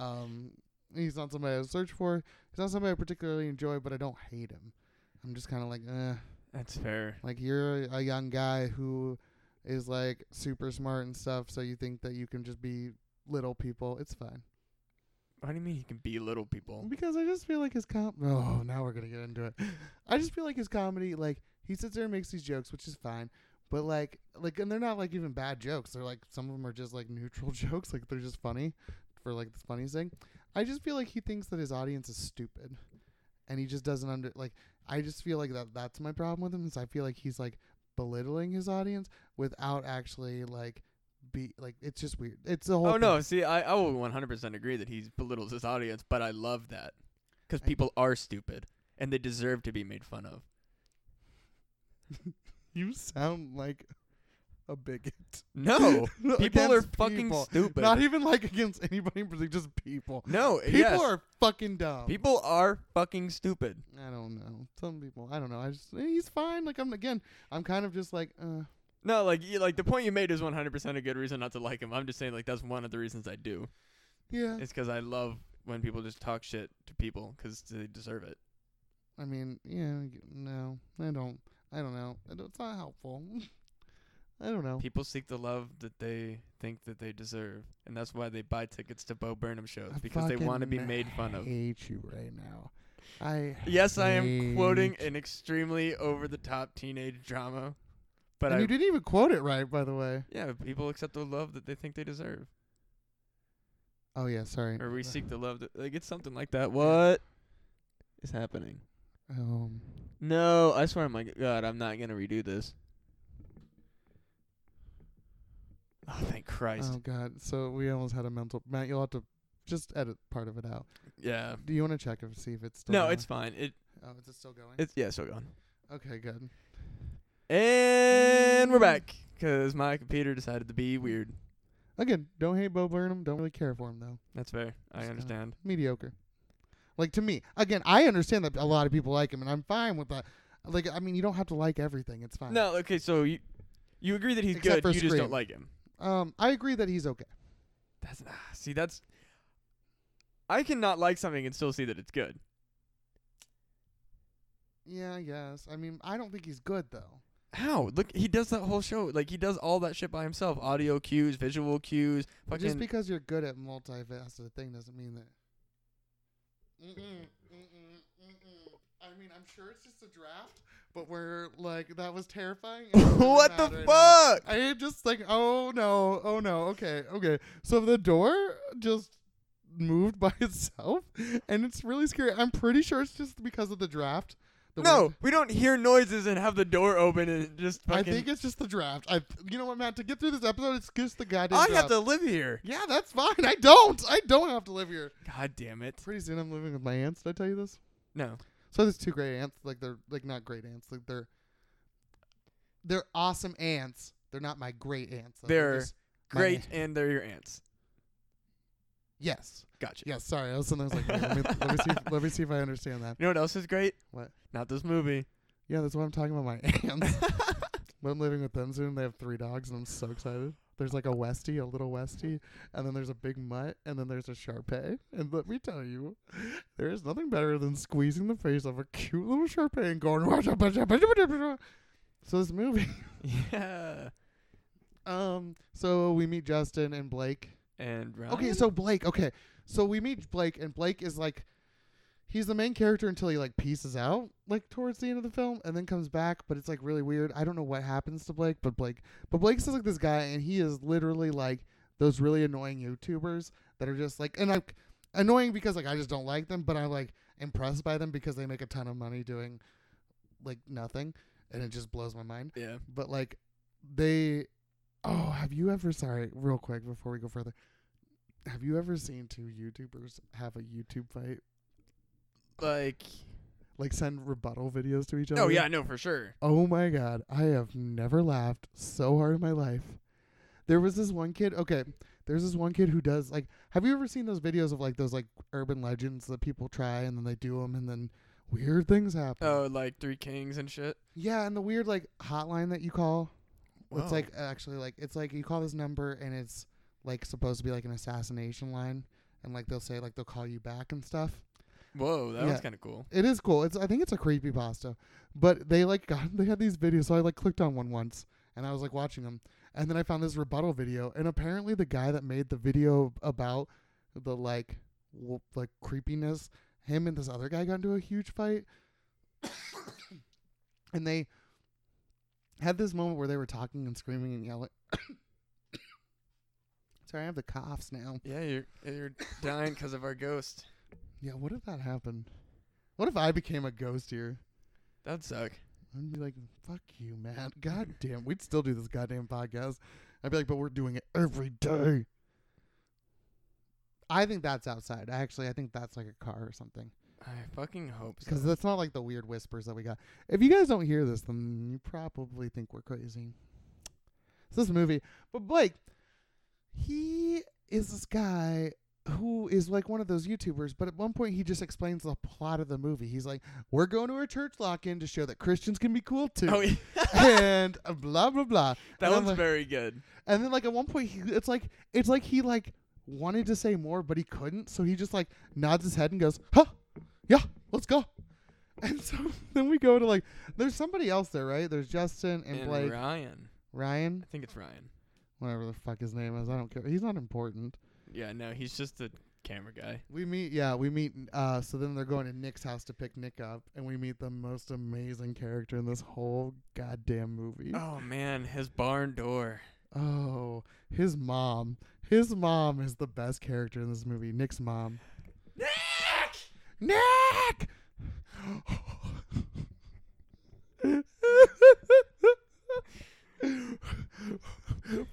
A: um he's not somebody I would search for. He's not somebody I particularly enjoy, but I don't hate him. I'm just kinda like, eh.
B: That's fair.
A: Like you're a young guy who is like super smart and stuff, so you think that you can just be little people. It's fine.
B: What do you mean he can belittle people?
A: Because I just feel like his com. Oh, now we're gonna get into it. I just feel like his comedy, like he sits there and makes these jokes, which is fine. But like, like, and they're not like even bad jokes. They're like some of them are just like neutral jokes. Like they're just funny, for like the funniest thing. I just feel like he thinks that his audience is stupid, and he just doesn't under like. I just feel like that. That's my problem with him is I feel like he's like belittling his audience without actually like be like. It's just weird. It's the whole.
B: Oh
A: thing.
B: no! See, I, I will 100% agree that he belittles his audience, but I love that because
A: I-
B: people are stupid and they deserve to be made fun of.
A: You sound like a bigot.
B: No, people are
A: Against
B: fucking
A: people.
B: stupid.
A: Not even like against anybody in particular, just people.
B: no,
A: People
B: yes.
A: are fucking dumb.
B: people are fucking stupid.
A: I don't know. Some people. I don't know. I just eh, he's fine. Like I'm again. I'm kind of just like. uh
B: No, like you, like the point you made is 100% a good reason not to like him. I'm just saying like that's one of the reasons I do.
A: Yeah.
B: It's because I love when people just talk shit to people because they deserve it.
A: I mean. Yeah. y- No. I don't. I don't know. I don't, it's not helpful. I don't know.
B: People seek the love that they think that they deserve, and that's why they buy tickets to Bo Burnham shows
A: I
B: because they want to be
A: fucking
B: made fun of.
A: Hate you right now. I.
B: Yes, I am quoting
A: hate-
B: an extremely over the top teenage drama, but
A: and
B: I
A: you didn't even quote it right, by the way.
B: yeah, people accept the love that they think they deserve,
A: Oh yeah. Sorry.
B: or we seek the love that like it's something like that. What is happening?
A: Um.
B: No, I swear, my God, I'm not gonna redo this. Oh, thank Christ!
A: Oh god. So we almost had a mental. Matt, you'll have to just edit part of it out.
B: yeah,
A: Do you want to check and see if it's still?
B: Oh. no,
A: going?
B: it's fine. It
A: Oh, is it still going?
B: it's yeah, still gone.
A: okay, good.
B: And we're back because my computer decided to be weird.
A: Again, don't hate Bo Burnham. Don't really care for him though.
B: That's fair. I
A: Just, uh,
B: understand.
A: Mediocre. Like to me, again, I understand that a lot of people like him, and I'm fine with that. Like, I mean, you don't have to like everything. It's fine.
B: No, okay, so you you agree that he's
A: Except
B: good.
A: for
B: You just don't
A: Scream.
B: like him.
A: Um, I agree that he's okay.
B: That's not, see that's I cannot like something and still see that it's good.
A: Yeah, yes. I mean, I don't think he's good though.
B: How? Look, he does that whole show. Like he does all that shit by himself. Audio cues, visual cues,
A: But
B: fucking
A: just because you're good at multifaceted thing doesn't mean that. Mm-mm, mm-mm, mm-mm. I mean, I'm sure it's just a draft, but we're like, that was terrifying. and it doesn't
B: what the
A: matter now.
B: fuck?
A: I am just like, oh no, oh no, okay, okay. So the door just moved by itself, and it's really scary. I'm pretty sure it's just because of the draft. The
B: No,
A: wind-
B: we don't hear noises and have the door open and it just
A: I
B: fucking.
A: think it's just the draft. I, you know what, Matt? To get through this episode, it's just the goddamn.
B: I
A: draft.
B: have to live here.
A: Yeah, that's fine. I don't. I don't have to live here.
B: God damn it.
A: Pretty soon, I'm living with my aunts. Did I tell you this?
B: No.
A: So there's two great aunts. Like they're like not great aunts. Like they're they're awesome aunts. They're not my great aunts. though.
B: They're
A: just my
B: Great,
A: aunt-
B: and they're your aunts.
A: Yes.
B: Gotcha.
A: Yeah, sorry. I was sometimes like, wait, let, me, let me see. If, let me see if I understand that.
B: You know what else is great?
A: What?
B: Not this movie.
A: Yeah, that's what I'm talking about. My aunts. But I'm living with them soon. They have three dogs, and I'm so excited. There's like a Westie, a little Westie, and then there's a big mutt, and then there's a Sharpei. And let me tell you, there is nothing better than squeezing the face of a cute little Sharpei and going. So this movie,
B: yeah.
A: um, so we meet Justin and Blake.
B: And Ryan?
A: Okay, so Blake. Okay, so we meet Blake, and Blake is like, he's the main character until he like pieces out, like towards the end of the film, and then comes back. But it's like really weird. I don't know what happens to Blake, but Blake, but Blake's just like this guy, and he is literally like those really annoying YouTubers that are just like, and I'm annoying because like I just don't like them, but I'm like impressed by them because they make a ton of money doing like nothing, and it just blows my mind
B: Yeah.
A: but like they oh have you ever sorry real quick before we go further have you ever seen two youtubers have a youtube fight
B: Like.
A: like send rebuttal videos to each other
B: Oh, yeah, no, for sure.
A: oh my god i have never laughed so hard in my life there was this one kid okay there's this one kid who does like have you ever seen those videos of like those like urban legends that people try and then they do them and then weird things happen
B: Oh, like Three Kings and shit.
A: yeah and the weird like hotline that you call
B: Whoa.
A: It's like actually like it's like you call this number and it's like supposed to be like an assassination line and like they'll say like they'll call you back and stuff.
B: Whoa, that
A: Yeah.
B: was kind of cool.
A: It is cool. It's I think it's a creepy pasta, but they like got they had these videos. So I like clicked on one once and I was like watching them and then I found this rebuttal video and apparently the guy that made the video about the like w- like creepiness, him and this other guy got into a huge fight, and they had this moment where they were talking and screaming and yelling. Sorry, I have the coughs now.
B: Yeah, you're you're dying because of our ghost.
A: Yeah, what if that happened? What if I became a ghost here?
B: That'd suck.
A: I'd be like, fuck you, man. God damn. We'd still do this goddamn podcast. I'd be like, but we're doing it every day. I think that's outside. Actually, I think that's like a car or something.
B: I fucking hope so.
A: Because that's not like the weird whispers that we got. If you guys don't hear this, then you probably think we're crazy. It's this movie. But Blake, he is this guy who is like one of those YouTubers, but at one point he just explains the plot of the movie. He's like, We're going to a church lock in to show that Christians can be cool too.
B: Oh, yeah.
A: and blah blah blah.
B: that
A: and
B: one's
A: then, like,
B: very good.
A: and then like at one point he, it's like it's like he like wanted to say more but he couldn't, so he just like nods his head and goes, "Huh, yeah, let's go." And so then we go to like there's somebody else there, right? There's Justin and,
B: And
A: Blake,
B: Ryan,
A: Ryan,
B: I think it's Ryan.
A: whatever the fuck his name is. I don't care. He's not important.
B: Yeah, no, he's just a camera guy.
A: We meet, yeah, we meet. Uh, so then they're going to Nick's house to pick Nick up, and we meet the most amazing character in this whole goddamn movie.
B: Oh man, his barn door.
A: Oh, his mom. His mom is the best character in this movie. Nick's mom.
B: Nick!
A: Nick!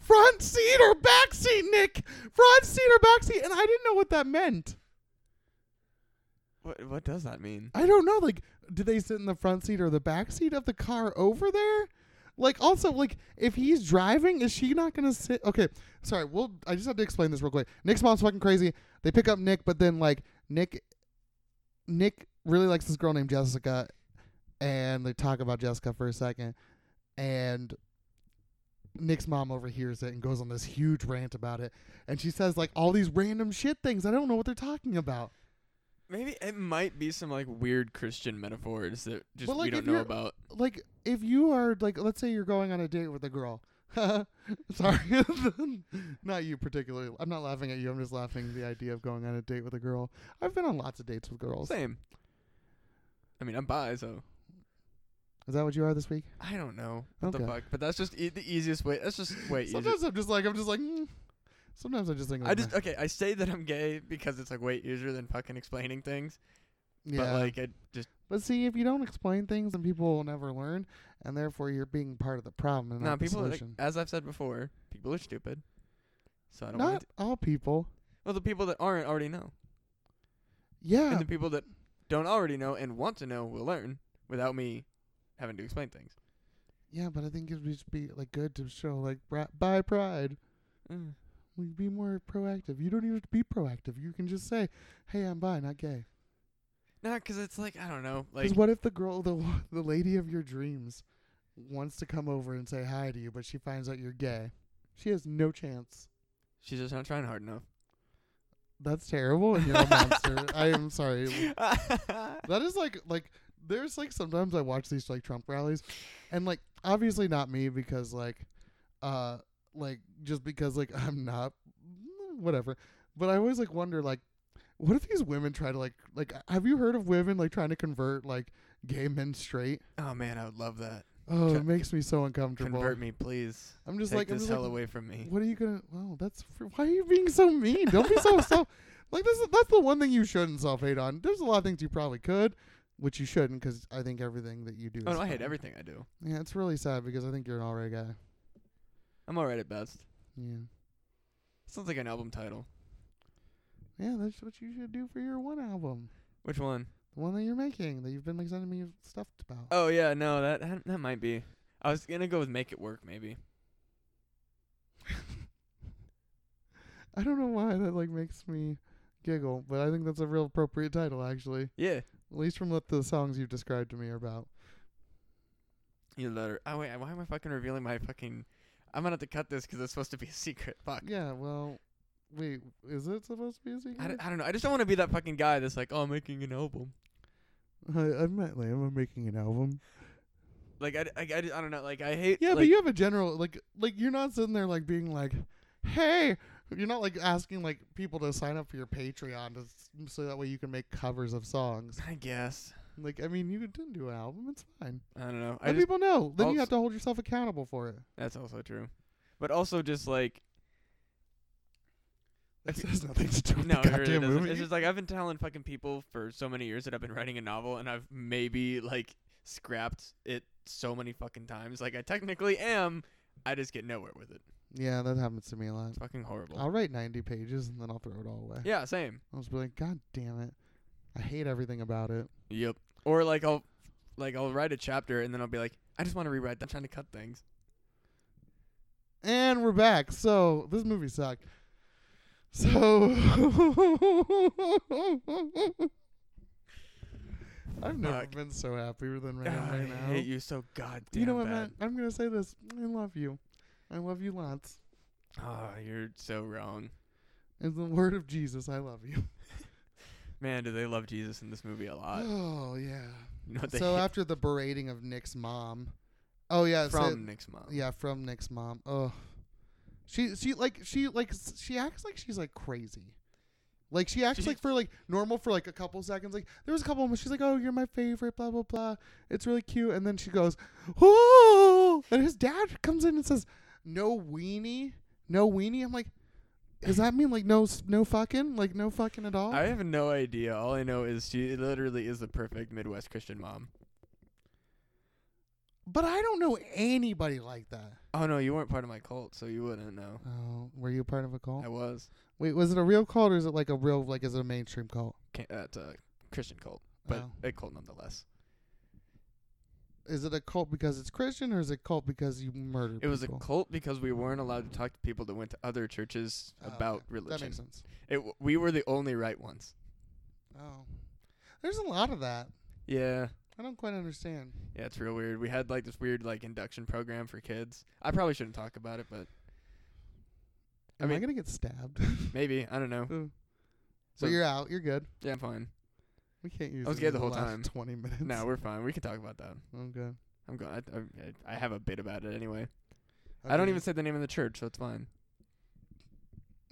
A: Front seat or back seat, Nick? Front seat or back seat? And I didn't know what that meant.
B: What what does that mean?
A: I don't know. Like, do they sit in the front seat or the back seat of the car over there? Like, also, like, if he's driving, is she not gonna sit? Okay, sorry. Well, I just have to explain this real quick. Nick's mom's fucking crazy. They pick up Nick, but then like Nick, Nick really likes this girl named Jessica, and they talk about Jessica for a second, and Nick's mom overhears it and goes on this huge rant about it, and she says like all these random shit things. I don't know what they're talking about.
B: Maybe it might be some like weird Christian metaphors that just
A: Well,
B: we
A: like,
B: don't
A: if
B: know
A: you're-
B: about.
A: like if you are like let's say you're going on a date with a girl Sorry, not you particularly. I'm not laughing at you. I'm just laughing at the idea of going on a date with a girl. I've been on lots of dates with girls.
B: Same. I mean, I'm bi, so
A: Is that what you are this week?
B: I don't know what
A: Okay.
B: the fuck. But that's just e- the easiest way. That's just way easier.
A: Sometimes I'm just like I'm just like. Mm. Sometimes I just think.
B: I
A: like,
B: just
A: "Meh."
B: okay. I say that I'm gay because it's like way easier than fucking explaining things.
A: yeah.
B: But like, I just
A: But see, if you don't explain things, then people will never learn, and therefore you're being part of the problem and
B: no
A: not the
B: people. are, Like,
A: solution.
B: as I've said before, people are stupid. So I don't. want
A: not all people.
B: well, the people that aren't already know,
A: Yeah,
B: and the people that don't already know and want to know will learn without me having to explain things.
A: yeah, but I think it would just be like good to show like bri- by pride.
B: Mm.
A: We be more proactive. You don't even have to be proactive. You can just say, "Hey, I'm bi, not gay."
B: No, because it's like I don't know.
A: Because
B: Like
A: what if the girl, the wa- the lady of your dreams, wants to come over and say hi to you, but she finds out you're gay? She has no chance.
B: she's just not trying hard enough.
A: That's terrible, and you're a monster. I am sorry. That is like like there's like sometimes I watch these like Trump rallies and like obviously not me because like uh like just because like I'm not whatever. But I always like wonder like what if these women try to like like have you heard of women like trying to convert like gay men straight?
B: oh man, I would love that.
A: Oh, it
B: Con-
A: makes me so uncomfortable.
B: Convert me, please.
A: I'm just
B: Take
A: like I'm
B: this
A: just
B: hell
A: like,
B: away from me.
A: what are you gonna? Well, that's fr- why are you being so mean? Don't be so self. Like this, is- that's the one thing you shouldn't self hate on. There's a lot of things you probably could, which you shouldn't, because I think everything that you do.
B: Oh
A: is
B: no, I hate
A: fine.
B: everything I do.
A: Yeah, it's really sad because I think you're an alright guy.
B: I'm alright at best.
A: Yeah,
B: Sounds like an album title.
A: yeah, that's what you should do for your one album,
B: Which one?
A: the one that you're making that you've been like sending me stuff about.
B: Oh yeah, no, that that, that might be. I was gonna go with "Make It Work" maybe.
A: I don't know why that like makes me giggle, but I think that's a real appropriate title actually.
B: Yeah.
A: At least from what the songs you've described to me are about.
B: You letter. Oh wait, why am I fucking revealing my fucking? I'm gonna have to cut this 'cause it's supposed to be a secret. Fuck.
A: Yeah, well, wait, is it supposed to be a secret?
B: I, d- I don't know. I just don't want to be that fucking guy that's like, oh, I'm making an album.
A: I, I'm not like I'm making an album.
B: Like I, d- I, I, d- I don't know. Like I hate.
A: Yeah, but
B: like-
A: you have a general like like you're not sitting there like being like, hey, you're not like asking like people to sign up for your Patreon to s- so that way you can make covers of songs.
B: I guess.
A: Like I mean, you didn't do an album. It's fine.
B: I don't know. I
A: Let
B: just,
A: people know. Then you
B: als-
A: have to hold yourself accountable for it.
B: that's also true. But also just like
A: This
B: Okay.
A: has nothing to do with
B: no,
A: the
B: it really
A: goddamn
B: doesn't.
A: movie.
B: It's just like I've been telling fucking people for so many years that I've been writing a novel, and I've maybe like scrapped it so many fucking times. Like I technically am. I just get nowhere with it.
A: yeah, that happens to me a lot.
B: It's fucking horrible.
A: I'll write 90 pages and then I'll throw it all away.
B: yeah, same.
A: I'll just be like, God damn it. I hate everything about it.
B: Yep. Or like I'll like I'll write a chapter and then I'll be like, I just want to rewrite. that. I'm trying to cut things.
A: And we're back. So this movie sucked. So I've never
B: Fuck.
A: been so happy with than right,
B: Ah,
A: right
B: I
A: now.
B: hate you so goddamn
A: You know what,
B: bad.
A: Matt? I'm gonna say this. I love you. I love you lots.
B: Oh, you're so wrong,
A: In the word of Jesus, I love you.
B: man. Do they love Jesus in this movie a lot?
A: oh yeah.
B: You know what they
A: So
B: hate
A: after the berating of Nick's mom. Oh yeah. so-
B: from Nick's mom.
A: yeah, from Nick's mom. Oh, she she like she like s- she acts like she's like crazy. Like she acts
B: She-
A: like for like normal for like a couple seconds. Like there was a couple moments she's like, "Oh, you're my favorite," blah blah blah. It's really cute, and then she goes, "Oh!" And his dad comes in and says, "No weenie, no weenie." I'm like, does that mean like no s- no fucking like no fucking at all?
B: I have no idea. All I know is she literally is the perfect Midwest Christian mom.
A: but I don't know anybody like that.
B: Oh no, you weren't part of my cult, so you wouldn't know.
A: Oh, were you part of a cult?
B: I was.
A: Wait, was it a real cult or is it like a real like is it a mainstream cult?
B: Can't, that's a Christian cult, but
A: Oh.
B: a cult nonetheless.
A: Is it a cult because it's Christian, or is it a cult because you murdered?
B: It was a
A: people?
B: cult because we weren't allowed to talk to people that went to other churches
A: Oh, okay.
B: about religion.
A: That makes sense.
B: It, w- we were the only right ones.
A: Oh, there's a lot of that.
B: Yeah.
A: I don't quite understand.
B: Yeah, it's real weird. We had like this weird like induction program for kids. I probably shouldn't talk about it, but I
A: Am I,
B: mean-
A: gonna get stabbed?
B: maybe, I don't know.
A: so
B: So-
A: you're out. You're good.
B: Yeah, I'm fine.
A: We can't use.
B: I was
A: this
B: gay
A: in
B: the whole
A: last
B: time.
A: Twenty minutes.
B: No, we're fine. We can talk about that.
A: I'm good.
B: I'm going I, I I have a bit about it anyway. I don't
A: Okay,
B: even say the name of the church, so it's fine.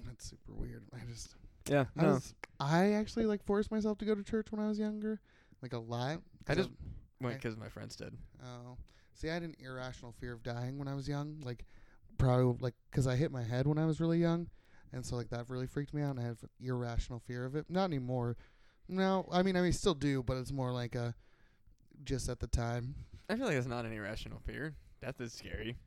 A: That's super weird. I just.
B: Yeah,
A: I,
B: no,
A: was, I actually like forced myself to go to church when I was younger, like a lot. 'cause
B: I just-
A: I-
B: went because my friends did.
A: Oh, see, I had an irrational fear of dying when I was young. Like, probably like because I hit my head when I was really young, and so like that really freaked me out. And I have irrational fear of it. Not anymore. No, I mean I mean still do, but it's more like a just at the time.
B: I feel like that's not an irrational fear. Death is scary.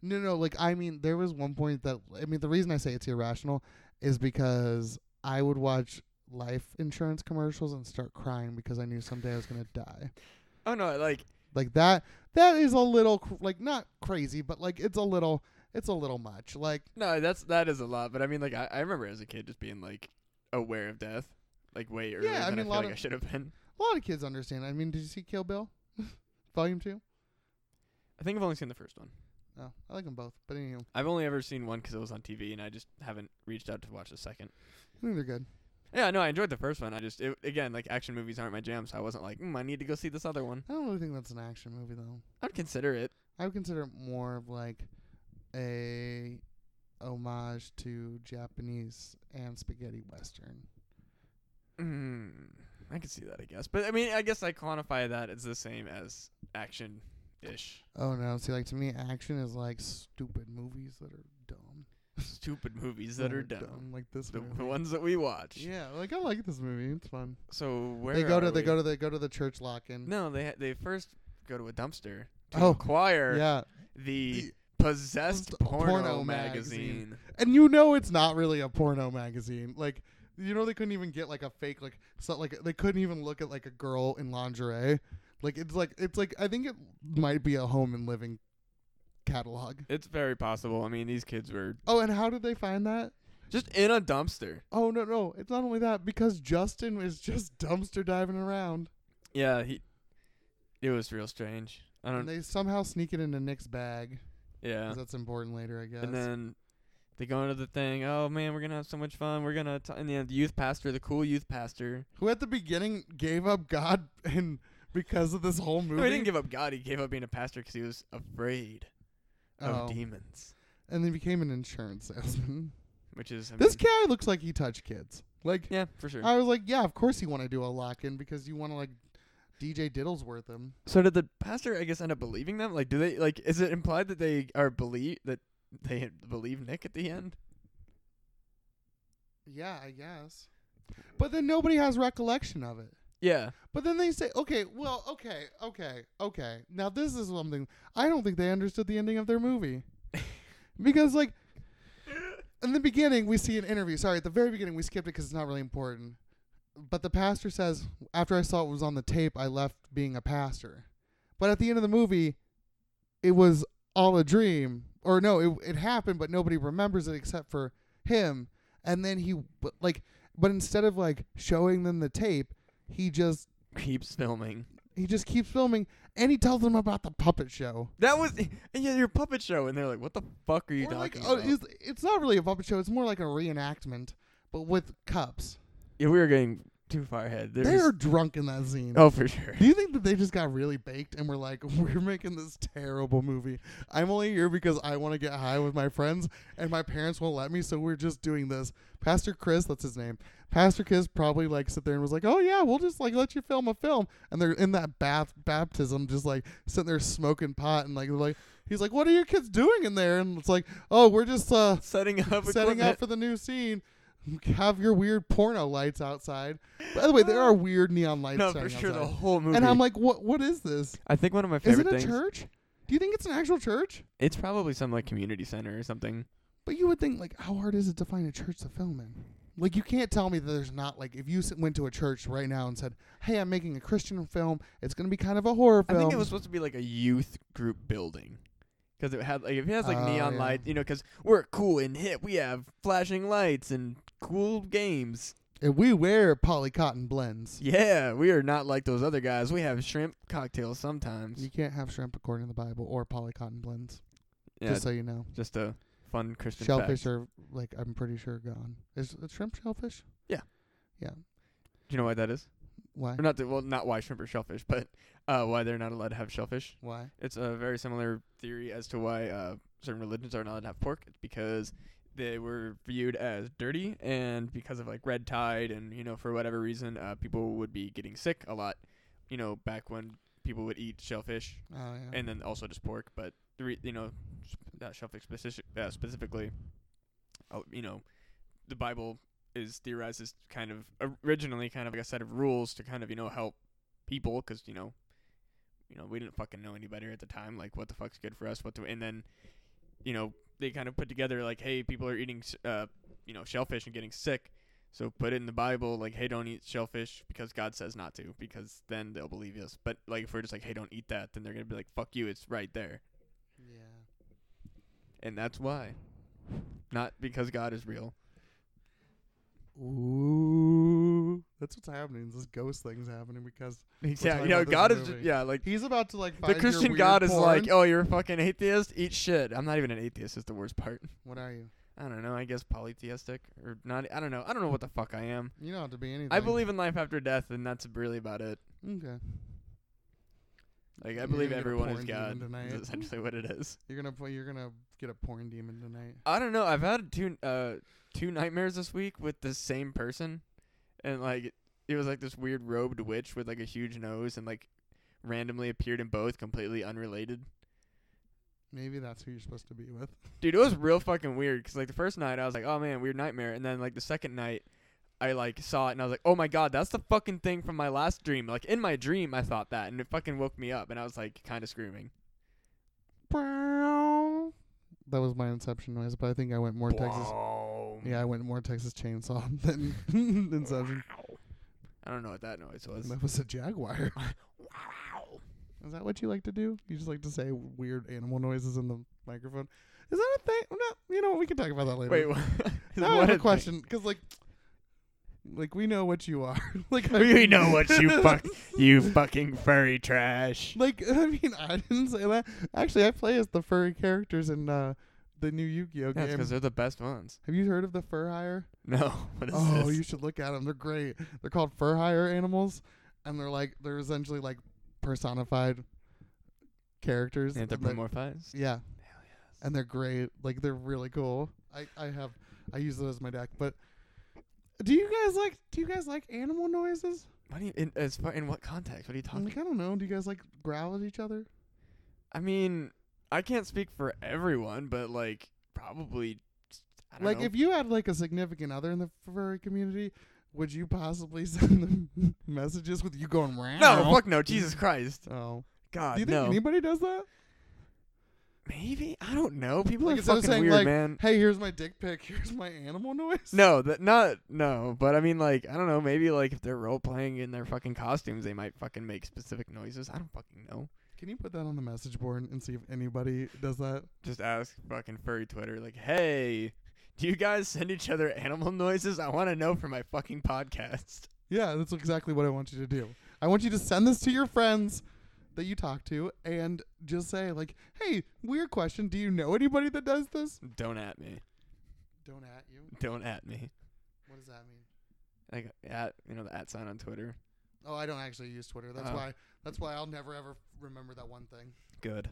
A: No, no, like I mean there was one point that I mean the reason I say it's irrational is because I would watch life insurance commercials and start crying because I knew someday I was gonna die.
B: Oh no, like
A: like that that is a little cr- like not crazy but like it's a little it's a little much like
B: no, that's that is a lot. But I mean, like I, I remember as a kid just being like aware of death, like way earlier
A: I
B: than I
A: mean,
B: feel
A: lot
B: like
A: of-
B: I should have been.
A: a lot of kids understand i mean did you see kill bill volume two?
B: I think I've only seen the first one.
A: Oh, i like them both but anyhow
B: I've only ever seen one 'cause it was on TV, and I just haven't reached out to watch the second.
A: i think they're good
B: Yeah, no, I enjoyed the first one. I just it, again like action movies aren't my jam, so I wasn't like, mm, I need to go see this other one.
A: i don't really think that's an action movie though
B: I'd consider it.
A: i would consider it more of like a homage to japanese and spaghetti western
B: Mm, I could see that, I guess. But I mean, I guess I quantify that as the same as action ish.
A: oh no see like to me action is like stupid movies that are dumb
B: Stupid movies that are dumb.
A: like this
B: The,
A: movie.
B: the ones that we watch.
A: yeah like i like this movie it's fun
B: So where
A: they go to
B: are
A: they
B: we?
A: go to they go to the church lock-in.
B: No, they ha- they first go to a dumpster to
A: Oh,
B: acquire
A: Yeah,
B: the,
A: The
B: possessed
A: possessed
B: porno,
A: porno
B: magazine.
A: and you know it's not really a porno magazine. Like, you know they couldn't even get like a fake like so like they couldn't even look at like a girl in lingerie. Like it's like it's like I think it might be a home and living catalog.
B: It's very possible. I mean, these kids were
A: Oh, and how did they find that?
B: just in a dumpster.
A: Oh no no, it's not only that because Justin is just dumpster diving around
B: Yeah, he. It was real strange. I
A: and
B: don't.
A: they somehow sneak it into Nick's bag. 'cause
B: yeah,
A: that's important later, I guess.
B: and then they go into the thing. Oh man, we're gonna have so much fun. We're gonna. T-. And yeah, the youth pastor, the cool youth pastor.
A: Who at the beginning gave up God and because of this whole
B: No,
A: movie?
B: he didn't give up God. He gave up being a pastor because he was afraid
A: Oh.
B: of demons.
A: and then became an insurance salesman.
B: Which is I
A: This
B: mean,
A: guy looks like he touched kids. Like
B: Yeah, for sure.
A: I was like, yeah, of course you want to do a lock in because you want to like DJ Diddlesworth him.
B: so did the pastor? I guess end up believing them. Like, do they like? Is it implied that they are believe that they believe Nick at the end?
A: Yeah, I guess. But then nobody has recollection of it.
B: Yeah.
A: But then they say, okay, well, okay, okay, okay. Now this is something I don't think they understood the ending of their movie. because like in the beginning we see an interview. Sorry, at the very beginning we skipped it cuz it's not really important. But the pastor says, after I saw it was on the tape, I left being a pastor. But at the end of the movie, it was all a dream. Or no, it it happened but nobody remembers it except for him. And then he but, like but instead of like showing them the tape, he just
B: Keeps filming.
A: he just keeps filming and he tells them about the puppet show.
B: That was yeah your puppet show, and they're like, "What the fuck are you
A: Or like,
B: talking
A: oh,
B: about?"
A: it's, it's not really a puppet show, it's more like a reenactment, but with cups.
B: Yeah, we were getting too far ahead. There's,
A: They are drunk in that scene.
B: oh, for sure.
A: Do you think that they just got really baked and were like, we're making this terrible movie? I'm only here because I want to get high with my friends and my parents won't let me, so we're just doing this. Pastor Chris, that's his name. Pastor Chris probably like sit there and was like, oh yeah, we'll just like let you film a film. And they're in that bath baptism, just like sitting there smoking pot and like, like he's like, what are your kids doing in there? And it's like, oh, we're just uh,
B: Setting up,
A: setting up for the new scene. Have your weird porno lights outside. By the way, there are weird neon lights.
B: No, for
A: shining
B: sure the
A: outside.
B: whole movie.
A: And I'm like, what? What is this?
B: I think one of my
A: Is
B: favorite
A: it a
B: things.
A: church? Do you think it's an actual church?
B: It's probably some like community center or something.
A: But you would think, like, how hard is it to find a church to film in? Like, you can't tell me that there's not like, if you s- went to a church right now and said, "Hey, I'm making a Christian film. It's gonna be kind of a horror
B: I
A: film."
B: think it was supposed to be like a youth group building. 'Cause it had like if it has like
A: Oh,
B: neon
A: yeah.
B: lights, you know, 'cause we're cool and hip. We have flashing lights and cool games.
A: And we wear poly cotton blends.
B: Yeah, we are not like those other guys. We have shrimp cocktails sometimes.
A: You can't have shrimp according to the Bible or poly cotton blends.
B: Yeah,
A: Just so you know,
B: just a fun Christian fact.
A: shellfish are like I'm pretty sure gone. Is a shrimp shellfish?
B: Do you know why that is?
A: Why?
B: Or not the, well, not why shrimp or shellfish, but uh, why they're not allowed to have shellfish.
A: Why?
B: It's a very similar theory as to why uh, certain religions are not allowed to have pork. It's because they were viewed as dirty, and because of like red tide, and you know for whatever reason, uh, people would be getting sick a lot. You know, back when people would eat shellfish
A: Oh, yeah.
B: and then also just pork, but the re- you know sp- uh, shellfish specific, uh, specifically, uh, you know, the Bible is theorized as kind of originally kind of like a set of rules to kind of you know help people because you know, you know we didn't fucking know any better at the time like what the fuck's good for us what do and then you know they kind of put together like hey people are eating s- uh you know shellfish and getting sick. So put it in the Bible, like, hey, don't eat shellfish because God says not to, because then they'll believe us. But like, if we're just like, hey, don't eat that, then they're gonna be like, fuck you, it's right there,
A: yeah.
B: and that's why, not because God is real.
A: Ooh, that's what's happening. This ghost thing's happening because
B: Yeah,
A: talking
B: you know,
A: about this
B: God is,
A: movie.
B: yeah, like
A: he's about to like
B: the
A: find your
B: Christian
A: weird
B: God is
A: porn.
B: like, oh, you're a fucking atheist, eat shit. I'm not even an atheist. Is the worst part.
A: What are you?
B: I don't know. I guess polytheistic or not. I don't know. I don't know what the fuck I am.
A: You don't have to be anything.
B: I believe in life after death, and that's really about it.
A: Okay.
B: Like, I
A: You're
B: believe
A: gonna get a
B: everyone is
A: porn demon
B: God.
A: tonight.
B: That's essentially what it is.
A: You're gonna play. You're gonna get a porn demon tonight.
B: I don't know. I've had two uh two nightmares this week with the same person, and like it was like this weird robed witch with like a huge nose and like randomly appeared in both, completely unrelated.
A: Maybe that's who you're supposed to be with.
B: Dude, it was real fucking weird. Cause like the first night I was like, oh man, weird nightmare, and then like the second night. I like saw it and I was like, "Oh my god, that's the fucking thing from my last dream." Like in my dream, I thought that, and it fucking woke me up, and I was like, kind of screaming.
A: That was my inception noise, but I think I went more Texas. Yeah, I went more Texas Chainsaw than Inception.
B: I don't know what that noise was.
A: That was a jaguar.
B: Wow.
A: Is that what you like to do? You just like to say weird animal noises in the microphone. Is that a thing? No, you know what? We can talk about that later.
B: Wait, what?
A: Now I have
B: a
A: a
B: thing.
A: question because like, like we know what you are. like I
B: We
A: mean-
B: know what you fuck, you fucking furry trash.
A: Like I mean, I didn't say that. Actually, I play as the furry characters in uh, the new Yu-Gi-Oh
B: That's
A: game.
B: because they're the best ones.
A: Have you heard of the fur hire?
B: No, what is
A: Oh,
B: this?
A: you should look at them. They're great. They're called fur hire animals, and they're like they're essentially like personified characters. and they're-
B: Anthropomorphized.
A: Yeah. And they're great. Like they're really cool. I I have I use those as my deck. But do you guys like do you guys like animal noises?
B: What do you, in, as far, in what context? What are you
A: I'm
B: talking?
A: like I don't know. Do you guys like growl at each other?
B: I mean, I can't speak for everyone, but like probably. I don't
A: Like
B: know.
A: if you had like a significant other in the furry community, would you possibly send them messages with you going round?
B: no, fuck no, Jesus Christ,
A: Oh,
B: God,
A: do you think
B: no.
A: anybody does that?
B: Maybe I don't know. People
A: Like,
B: are
A: instead of
B: fucking
A: saying,
B: weird,
A: like,
B: man.
A: Hey, here's my dick pic. Here's my animal noise.
B: Mm. No, that not no, but I mean like I don't know, maybe like if they're role playing in their fucking costumes, they might fucking make specific noises. I don't fucking know.
A: Can you put that on the message board and see if anybody does that?
B: Just ask fucking furry Twitter like, "Hey, do you guys send each other animal noises? I want to know for my fucking podcast."
A: Yeah, that's exactly what I want you to do. I want you to send this to your friends that you talk to and just say like, "Hey, weird question. Do you know anybody that does this?"
B: Don't at me.
A: Don't at you.
B: Don't at me.
A: What does that mean?
B: Like at, you know, the at sign on Twitter.
A: Oh, I don't actually use Twitter. That's
B: Oh.
A: why. That's why I'll never ever remember that one thing.
B: Good.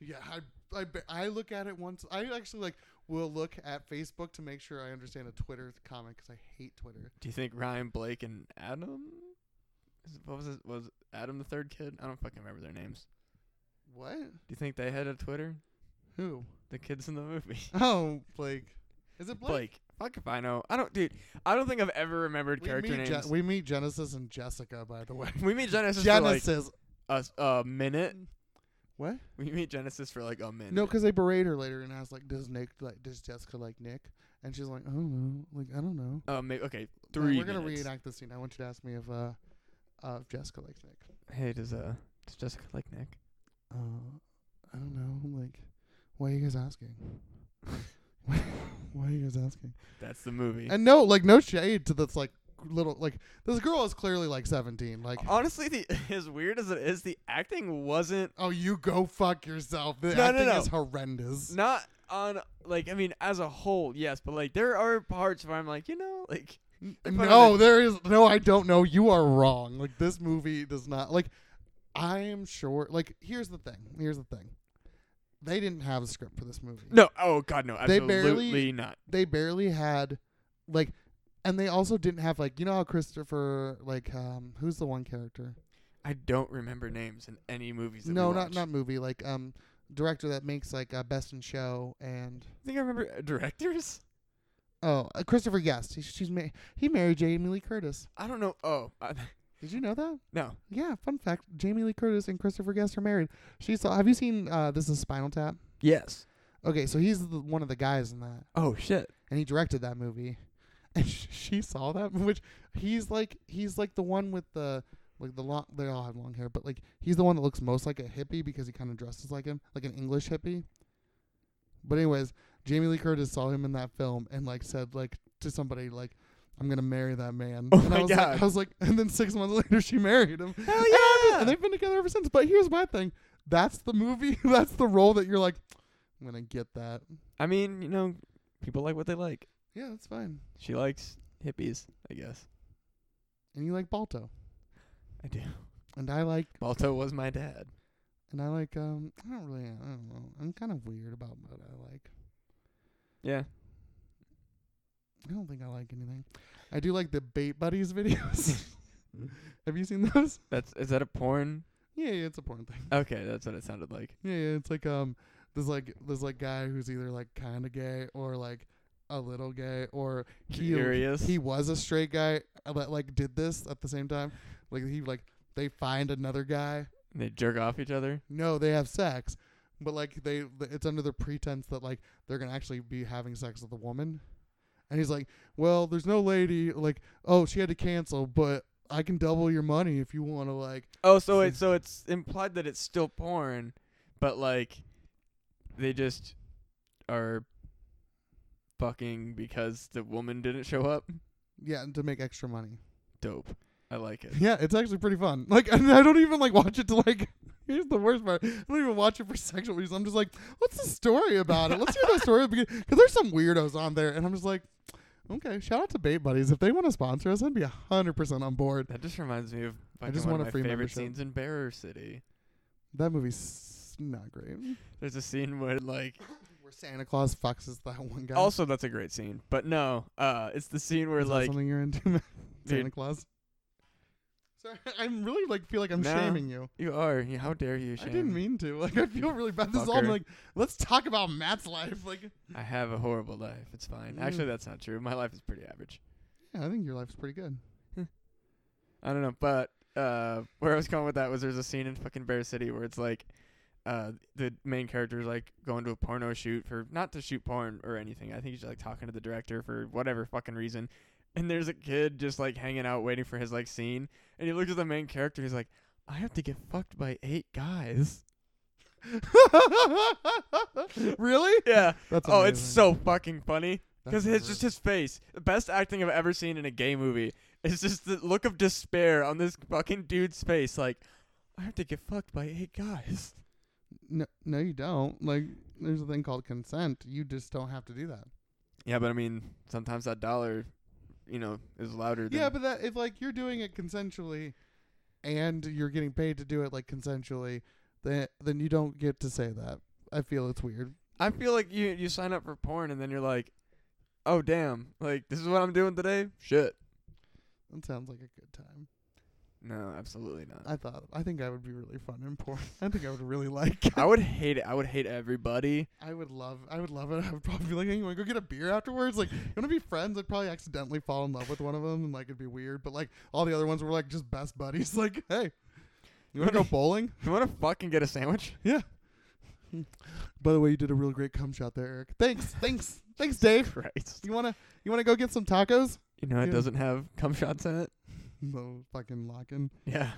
A: Yeah, I, I, ba- I look at it once. I actually like will look at Facebook to make sure I understand a Twitter comment because I hate Twitter.
B: Do you think Ryan Blake and Adam is- what was it? Was Adam the third kid? I don't fucking remember their names.
A: What?
B: Do you think they had a Twitter?
A: Who?
B: The kids in the movie.
A: Oh, Blake. Is it Blake?
B: Blake. Fuck if I know. I don't, dude. I don't think I've ever remembered
A: We
B: character
A: meet,
B: names.
A: Gen- we meet Genesis and Jessica, by the way.
B: we meet Genesis, for
A: Genesis.
B: like a, a minute.
A: What?
B: We meet Genesis for like a minute.
A: No, because they berate her later and ask like, "Does Nick like? Does Jessica like Nick?" And she's like, "I don't know. Like, I don't know."
B: Uh, maybe, okay,
A: Now,
B: three.
A: We're gonna
B: minutes.
A: reenact the scene. I want you to ask me if uh, uh if Jessica likes Nick.
B: Hey, does uh, does Jessica like Nick?
A: Uh, I don't know. Like, why are you guys asking? why are you guys asking?
B: That's the movie.
A: And no, like, no shade to this like little like this girl is clearly like seventeen. Like,
B: Honestly, the as weird as it is, the acting wasn't
A: oh, you go fuck yourself. The
B: No, no,
A: acting
B: no.
A: is horrendous.
B: not on like I mean as a whole, yes, but like there are parts where I'm like, you know, like they put on
A: No,
B: a-
A: there is no. I don't know. You are wrong. Like this movie does not. Like I am sure. Like here's the thing. Here's the thing. they didn't have a script for this movie.
B: No. Oh God, no.
A: They
B: Absolutely
A: barely-
B: not.
A: They barely had like and they also didn't have like you know how Christopher like um who's the one character?
B: I don't remember names in any movies. That
A: No,
B: we
A: not
B: watched.
A: not movie, like um director that makes like uh, best in show and
B: I think I remember uh, directors.
A: oh, uh, Christopher Guest. He, she's ma- he married Jamie Lee Curtis.
B: I don't know. Oh, I,
A: Did you know that?
B: no.
A: Yeah, fun fact: Jamie Lee Curtis and Christopher Guest are married. She saw. Have you seen uh, this is Spinal Tap?
B: Yes.
A: Okay, so he's the, one of the guys in that,
B: Oh shit.
A: and he directed that movie. And sh- she saw that, which he's like he's like the one with the like the long. They all have long hair, but like he's the one that looks most like a hippie because he kind of dresses like him, like an English hippie. But anyways, Jamie Lee Curtis saw him in that film and like said like to somebody like. I'm gonna marry that man.
B: Oh
A: and
B: my
A: I was like-
B: God.
A: I was like, and then six months later, she married him.
B: Hell
A: And, they've been together ever since. But here's my thing. That's the movie. That's the role that you're like, I'm gonna get that.
B: I mean, you know, people like what they like.
A: Yeah, that's fine.
B: She likes hippies, I guess.
A: And you like Balto.
B: I do.
A: And I like
B: Balto was my dad.
A: and I like um I don't really I don't know. I'm kind of weird about what I like.
B: Yeah.
A: I don't think I like anything. I do like the Bait Buddies videos. Have you seen those?
B: That's is that a porn?
A: Yeah, yeah, it's a porn thing.
B: Okay, that's what it sounded like.
A: Yeah, yeah, it's like um there's like there's like guy who's either like kinda gay or like a little gay or he
B: Curious.
A: he was a straight guy that like did this at the same time. Like he like they find another guy.
B: they jerk off each other.
A: No, they have sex, but like they it's under the pretense that like they're gonna actually be having sex with a woman. And he's like, well, there's no lady. Like, oh, she had to cancel, but I can double your money if you want to. Like,
B: Oh, so it's so it's implied that it's still porn, but like they just are fucking because the woman didn't show up.
A: yeah, to make extra money.
B: Dope. I like it.
A: Yeah, it's actually pretty fun. Like, and I don't even like watch it to like. Here's the worst part. I don't even watch it for sexual reasons. I'm just like, what's the story about it? Let's hear the story because there's some weirdos on there, and I'm just like, okay. Shout out to Bait Buddies if they want to sponsor us, I'd be hundred percent on board.
B: That just reminds me of
A: I
B: fucking
A: just
B: one
A: want
B: of
A: a
B: my
A: free
B: favorite
A: membership.
B: scenes in Bearer City.
A: That movie's s- not great.
B: There's a scene where like
A: Where Santa Claus foxes that one guy.
B: also that's a great scene, but no, uh, it's the scene where
A: Is that
B: like
A: something you're into, Matt? Santa
B: Dude.
A: Claus. Sorry, I'm really like feel like I'm
B: No.
A: shaming you.
B: you are. yeah, How dare you?
A: I
B: Shane.
A: didn't mean to. Like I feel really bad. This is all
B: Fucker.
A: like let's talk about Matt's life. Like
B: I have a horrible life. It's fine.
A: Mm.
B: Actually, that's not true. My life is pretty average.
A: yeah, I think your life's pretty good.
B: I don't know, but uh, where I was going with that was there's a scene in fucking Bear City where it's like uh, the main character is like going to a porno shoot for not to shoot porn or anything. I think he's like talking to the director for whatever fucking reason. And there's a kid just like hanging out waiting for his like scene, and he looks at the main character. He's like, "I have to get fucked by eight guys."
A: really?
B: Yeah.
A: That's
B: oh, it's
A: amazing.
B: so fucking funny. Because
A: That's
B: it's just his face. The best acting I've ever seen in a gay movie is just the look of despair on this fucking dude's face. Like, I have to get fucked by eight guys.
A: no, no, you don't. Like there's a thing called consent. You just don't have to do that.
B: Yeah, but I mean, sometimes that dollar, you know, is louder than.
A: Yeah, but that if like you're doing it consensually, and you're getting paid to do it like consensually, then then you don't get to say that. I feel it's weird.
B: I feel like you you sign up for porn and then you're like, oh damn, like this is what I'm doing today. Shit.
A: That sounds like a good time.
B: No, absolutely not.
A: I thought I think I would be really fun in porn. I think I would really like. It.
B: I would hate it. I would hate everybody.
A: I would love. I would love it. I would probably be like, "Hey, you want to go get a beer afterwards?" Like, you want to be friends? I'd probably accidentally fall in love with one of them, and like it'd be weird. But like all the other ones were like just best buddies. Like, hey, you want to go bowling?
B: You want to fucking get a sandwich?
A: Yeah. By the way, you did a real great cum shot there, Eric. Thanks, thanks, thanks, Dave.
B: Christ.
A: You wanna you wanna go get some tacos?
B: You know it
A: Yeah.
B: doesn't have cum shots in it.
A: No fucking locking.
B: Yeah.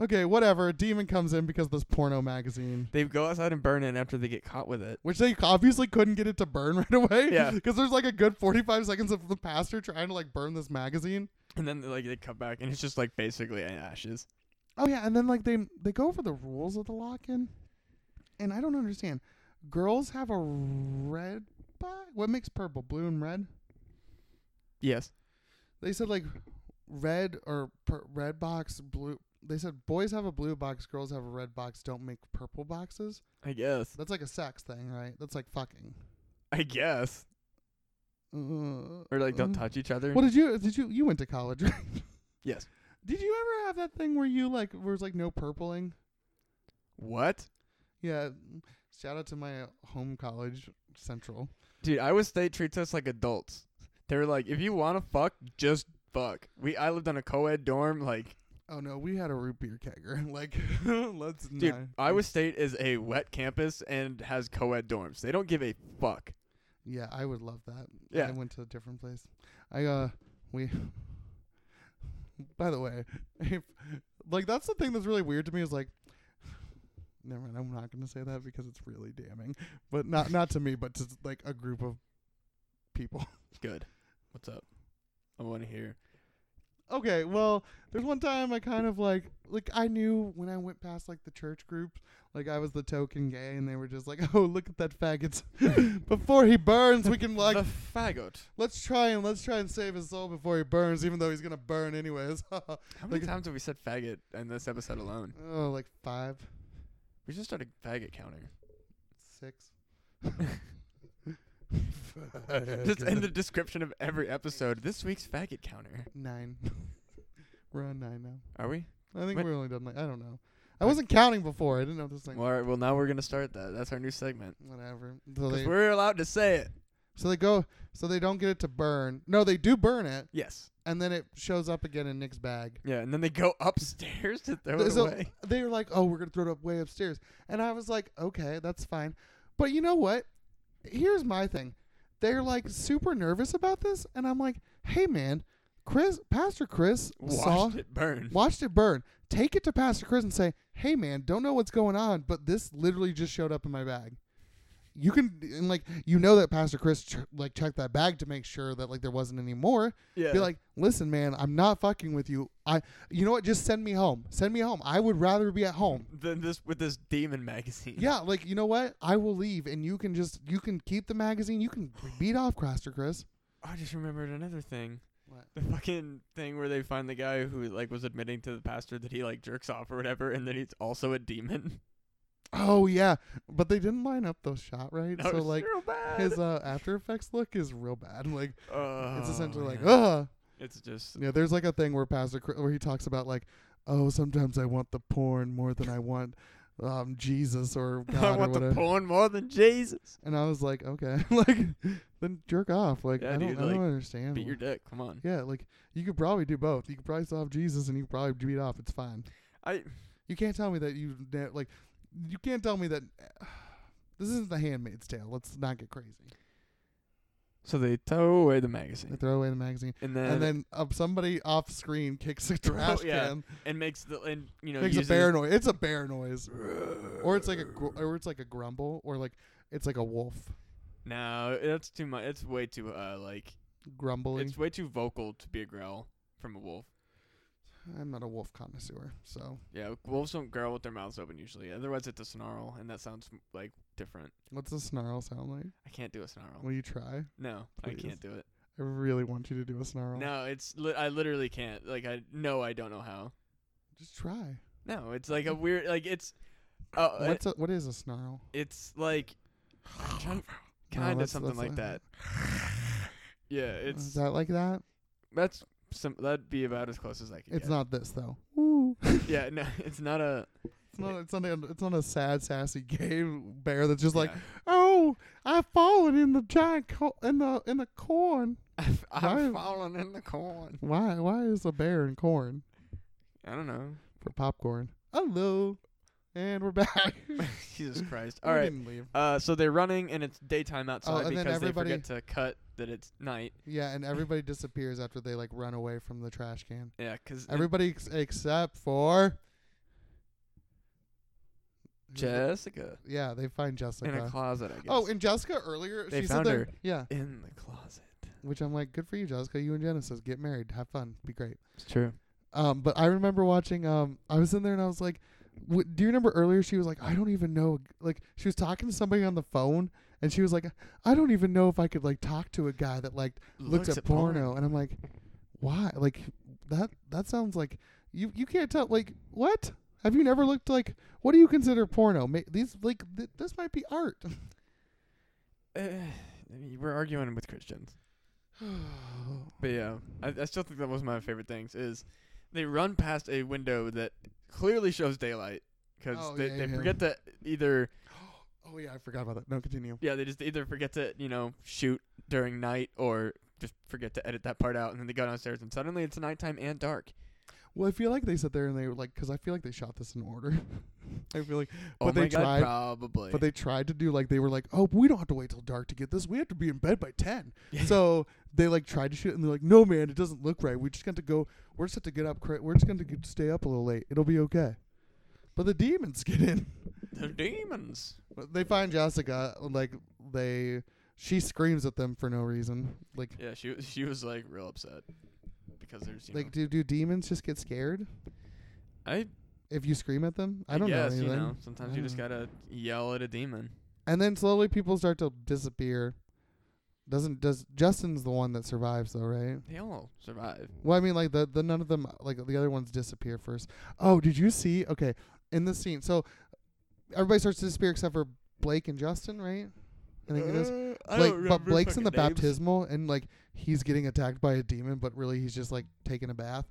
A: Okay, whatever. A demon comes in because of this porno magazine,
B: They go outside and burn it after they get caught with it.
A: which they obviously couldn't get it to burn right away.
B: Yeah.
A: because there's like a good 45 seconds of the pastor trying to like burn this magazine.
B: And then like they come back and it's just like basically ashes.
A: Oh yeah, and then like they they go over the rules of the lock-in, and I don't understand. Girls have a red bi. What makes purple? Blue and red.
B: Yes.
A: they said like red or per- red box blue they said boys have a blue box, girls have a red box. Don't make purple boxes.
B: I guess.
A: That's like a sex thing, right? That's like fucking.
B: I guess.
A: Uh,
B: Or like don't
A: uh,
B: touch each other.
A: What did you did you you went to college? right?
B: Yes.
A: did you ever have that thing where you like where was like no purpling?
B: What?
A: Yeah. Shout out to my home college, Central.
B: Dude, Iowa State treats us like adults. They were like, if you want to fuck, just fuck. We I lived on a co-ed dorm. Like,
A: Oh no, we had a root beer kegger. Like, let's
B: dude,
A: not-
B: Iowa State is a wet campus and has co-ed dorms. They don't give a fuck.
A: Yeah, I would love that. I
B: Yeah.
A: went to a different place. I uh we By the way, if like that's the thing that's really weird to me is like never mind, I'm not gonna say that because it's really damning. But not not to me, but to like a group of people.
B: Good. What's up? I want to hear.
A: okay, well, there's one time I kind of like like I knew when I went past like the church groups, like I was the token gay and they were just like, Oh, look at that faggot. Before he burns we can like
B: the faggot.
A: let's try and let's try and save his soul before he burns, even though he's gonna burn anyways. oh,
B: How many
A: Like-
B: times have we said faggot in this episode alone?
A: like five,
B: We just started faggot counting.
A: six.
B: Just in the description of every episode, this week's faggot counter.
A: nine. we're on nine now.
B: Are we?
A: I think
B: Wait.
A: we're only done like I don't know. I
B: Like-
A: wasn't counting before. I didn't know this thing.
B: Well, all right. Well, now we're gonna start that. That's our new segment.
A: Whatever. So
B: 'Cause
A: they
B: we're allowed to say it.
A: so they go so they don't get it to burn. No, they do burn it,
B: Yes.
A: and then it shows up again in Nick's bag.
B: Yeah, and then they go upstairs to throw it
A: So-
B: away.
A: They were like, "Oh, we're gonna throw it up way upstairs," and I was like, "Okay, that's fine," but you know what? Here's my thing. They're like super nervous about this, and I'm like, "Hey, man, Chris, Pastor Chris saw,
B: Watched it burn.
A: watched it burn. Take it to Pastor Chris and say, "Hey, man, don't know what's going on, but this literally just showed up in my bag." You can and like you know that Pastor Chris ch- like checked that bag to make sure that like there wasn't any more.
B: Yeah.
A: Be like, listen, man, I'm not fucking with you. I, you know what? Just send me home. Send me home. I would rather be at home.
B: then this with this demon magazine.
A: Yeah, like you know what? I will leave, and you can just you can keep the magazine. You can beat off Craster Chris.
B: I just remembered another thing.
A: What?
B: The fucking thing where they find the guy who like was admitting to the pastor that he like jerks off or whatever, and then he's also a demon.
A: Oh yeah, but they didn't line up the shot right. so
B: That was
A: like
B: real bad.
A: his uh, After Effects look is real bad. Like it's
B: Oh,
A: essentially like,
B: yeah.
A: ugh.
B: It's just
A: Yeah, there's like a thing where Pastor Chris, where he talks about like, oh, sometimes I want the porn more than I want um Jesus or God
B: I
A: or
B: want
A: whatever.
B: the porn more than Jesus.
A: And I was like, okay, like then jerk off. Like
B: Yeah,
A: I don't,
B: dude,
A: I don't
B: like,
A: understand.
B: Beat your dick. Come on.
A: yeah, like you could probably do both. You could probably still have Jesus, and you could probably beat off. It's fine.
B: I
A: You can't tell me that you ne- like. You can't tell me that. This isn't The Handmaid's Tale. Let's not get crazy.
B: so they throw away the
A: They
B: magazine,
A: throw away the magazine,
B: and then Oh,
A: and then uh, somebody off screen kicks a trash
B: yeah.
A: can,
B: and makes the and you know
A: makes a
B: uses-
A: bear noise. It's a bear noise, or it's like a gr- or it's like a grumble, or like it's like a wolf
B: No, that's too much. It's way too uh like
A: grumbling.
B: it's way too vocal to be a growl from a wolf.
A: I'm not a wolf connoisseur, so
B: Yeah, wolves don't growl with their mouths open usually. Otherwise, it's a snarl, and that sounds m- like different.
A: what's a snarl sound like?
B: I can't do a snarl.
A: Will you try?
B: No, I
A: Please.
B: can't do it.
A: I really want you to do a snarl.
B: No, it's li- I literally can't. Like I no, I don't know how.
A: Just try.
B: No, it's like a weird like it's. Uh, uh,
A: What's a, what is a snarl?
B: it's like I'm trying-
A: No,
B: kind of
A: that's-
B: something
A: that's
B: like
A: a-
B: that. Yeah,
A: is
B: it's
A: that like that?
B: that's some that'd be about as close as I can.
A: It's
B: get.
A: not this though. Ooh. it's
B: Yeah, no, it's not a.
A: not. It's not. A, it's not a sad, sassy gay bear that's just like,
B: yeah.
A: oh, I've fallen in the giant co- in the in the corn.
B: I've,
A: Why-
B: I've fallen in the corn.
A: Why? Why is a bear in corn
B: I don't know.
A: for popcorn? Hello, and we're back.
B: Jesus Christ.
A: We
B: All right.
A: didn't leave.
B: Uh, so they're running and it's daytime outside
A: Oh, and then
B: because they
A: everybody-
B: forget to cut that it's night.
A: Yeah, and everybody disappears after they like run away from the trash can.
B: Yeah, because
A: Everybody ex- except for
B: Jessica
A: Yeah, they find Jessica.
B: in a closet. I guess.
A: oh, and Jessica earlier.
B: They
A: she
B: found
A: said that-
B: her.
A: Yeah,
B: in the closet.
A: which I'm like, good for you, Jessica. You and Genesis get married, have fun, be great.
B: It's true.
A: Um, but I remember watching. Um, I was in there and I was like, w- "Do you remember earlier?" She was like, "I don't even know." Like she was talking to somebody on the phone, and she was like, "I don't even know if I could like talk to a guy that like looks, at, porno. And I'm like, "Why?" Like that. That sounds like you you can't tell like what have you never looked like what do you consider porno Ma- these like th- this might be art
B: Uh, we're arguing with Christians.
A: Oh,
B: But yeah, I, I still think that was one of my favorite things is they run past a window that clearly shows daylight because
A: Oh,
B: they,
A: yeah,
B: they
A: yeah.
B: forget to either
A: oh yeah i forgot about that no continue
B: yeah they just either forget to you know shoot during night or just forget to edit that part out and then they go downstairs and suddenly it's nighttime and dark.
A: well i feel like they sat there and they were like because i feel like they shot this in order i feel like
B: oh
A: But they
B: my god,
A: tried-
B: probably.
A: but they tried to do like they were like oh we don't have to wait till dark to get this we have to be in bed by 10
B: Yeah.
A: so they like tried to shoot and they're like no man it doesn't look right we just got to go we're just have to get up cra- we're just going to get, stay up a little late it'll be okay but the demons get in
B: They're demons.
A: But they find Jessica like they she screams at them for no reason like
B: Yeah, she was- she was like real upset because there's you
A: like
B: know,
A: do do demons just get scared
B: I
A: if you scream at them I don't
B: guess
A: know anything
B: you know sometimes
A: I
B: you
A: don't
B: just
A: know.
B: gotta yell at a demon.
A: and then slowly people start to disappear doesn't does Justin's the one that survives though right
B: They all survive.
A: Well, I mean, like the the none of them like the other ones disappear first. Oh, did you see? Okay, in this scene, so everybody starts to disappear except for Blake and Justin, right? I think it is.
B: Uh, I
A: Blake,
B: don't
A: but
B: remember
A: Blake's in the
B: fucking names.
A: baptismal, and like he's getting attacked by a demon, but really he's just like taking a bath.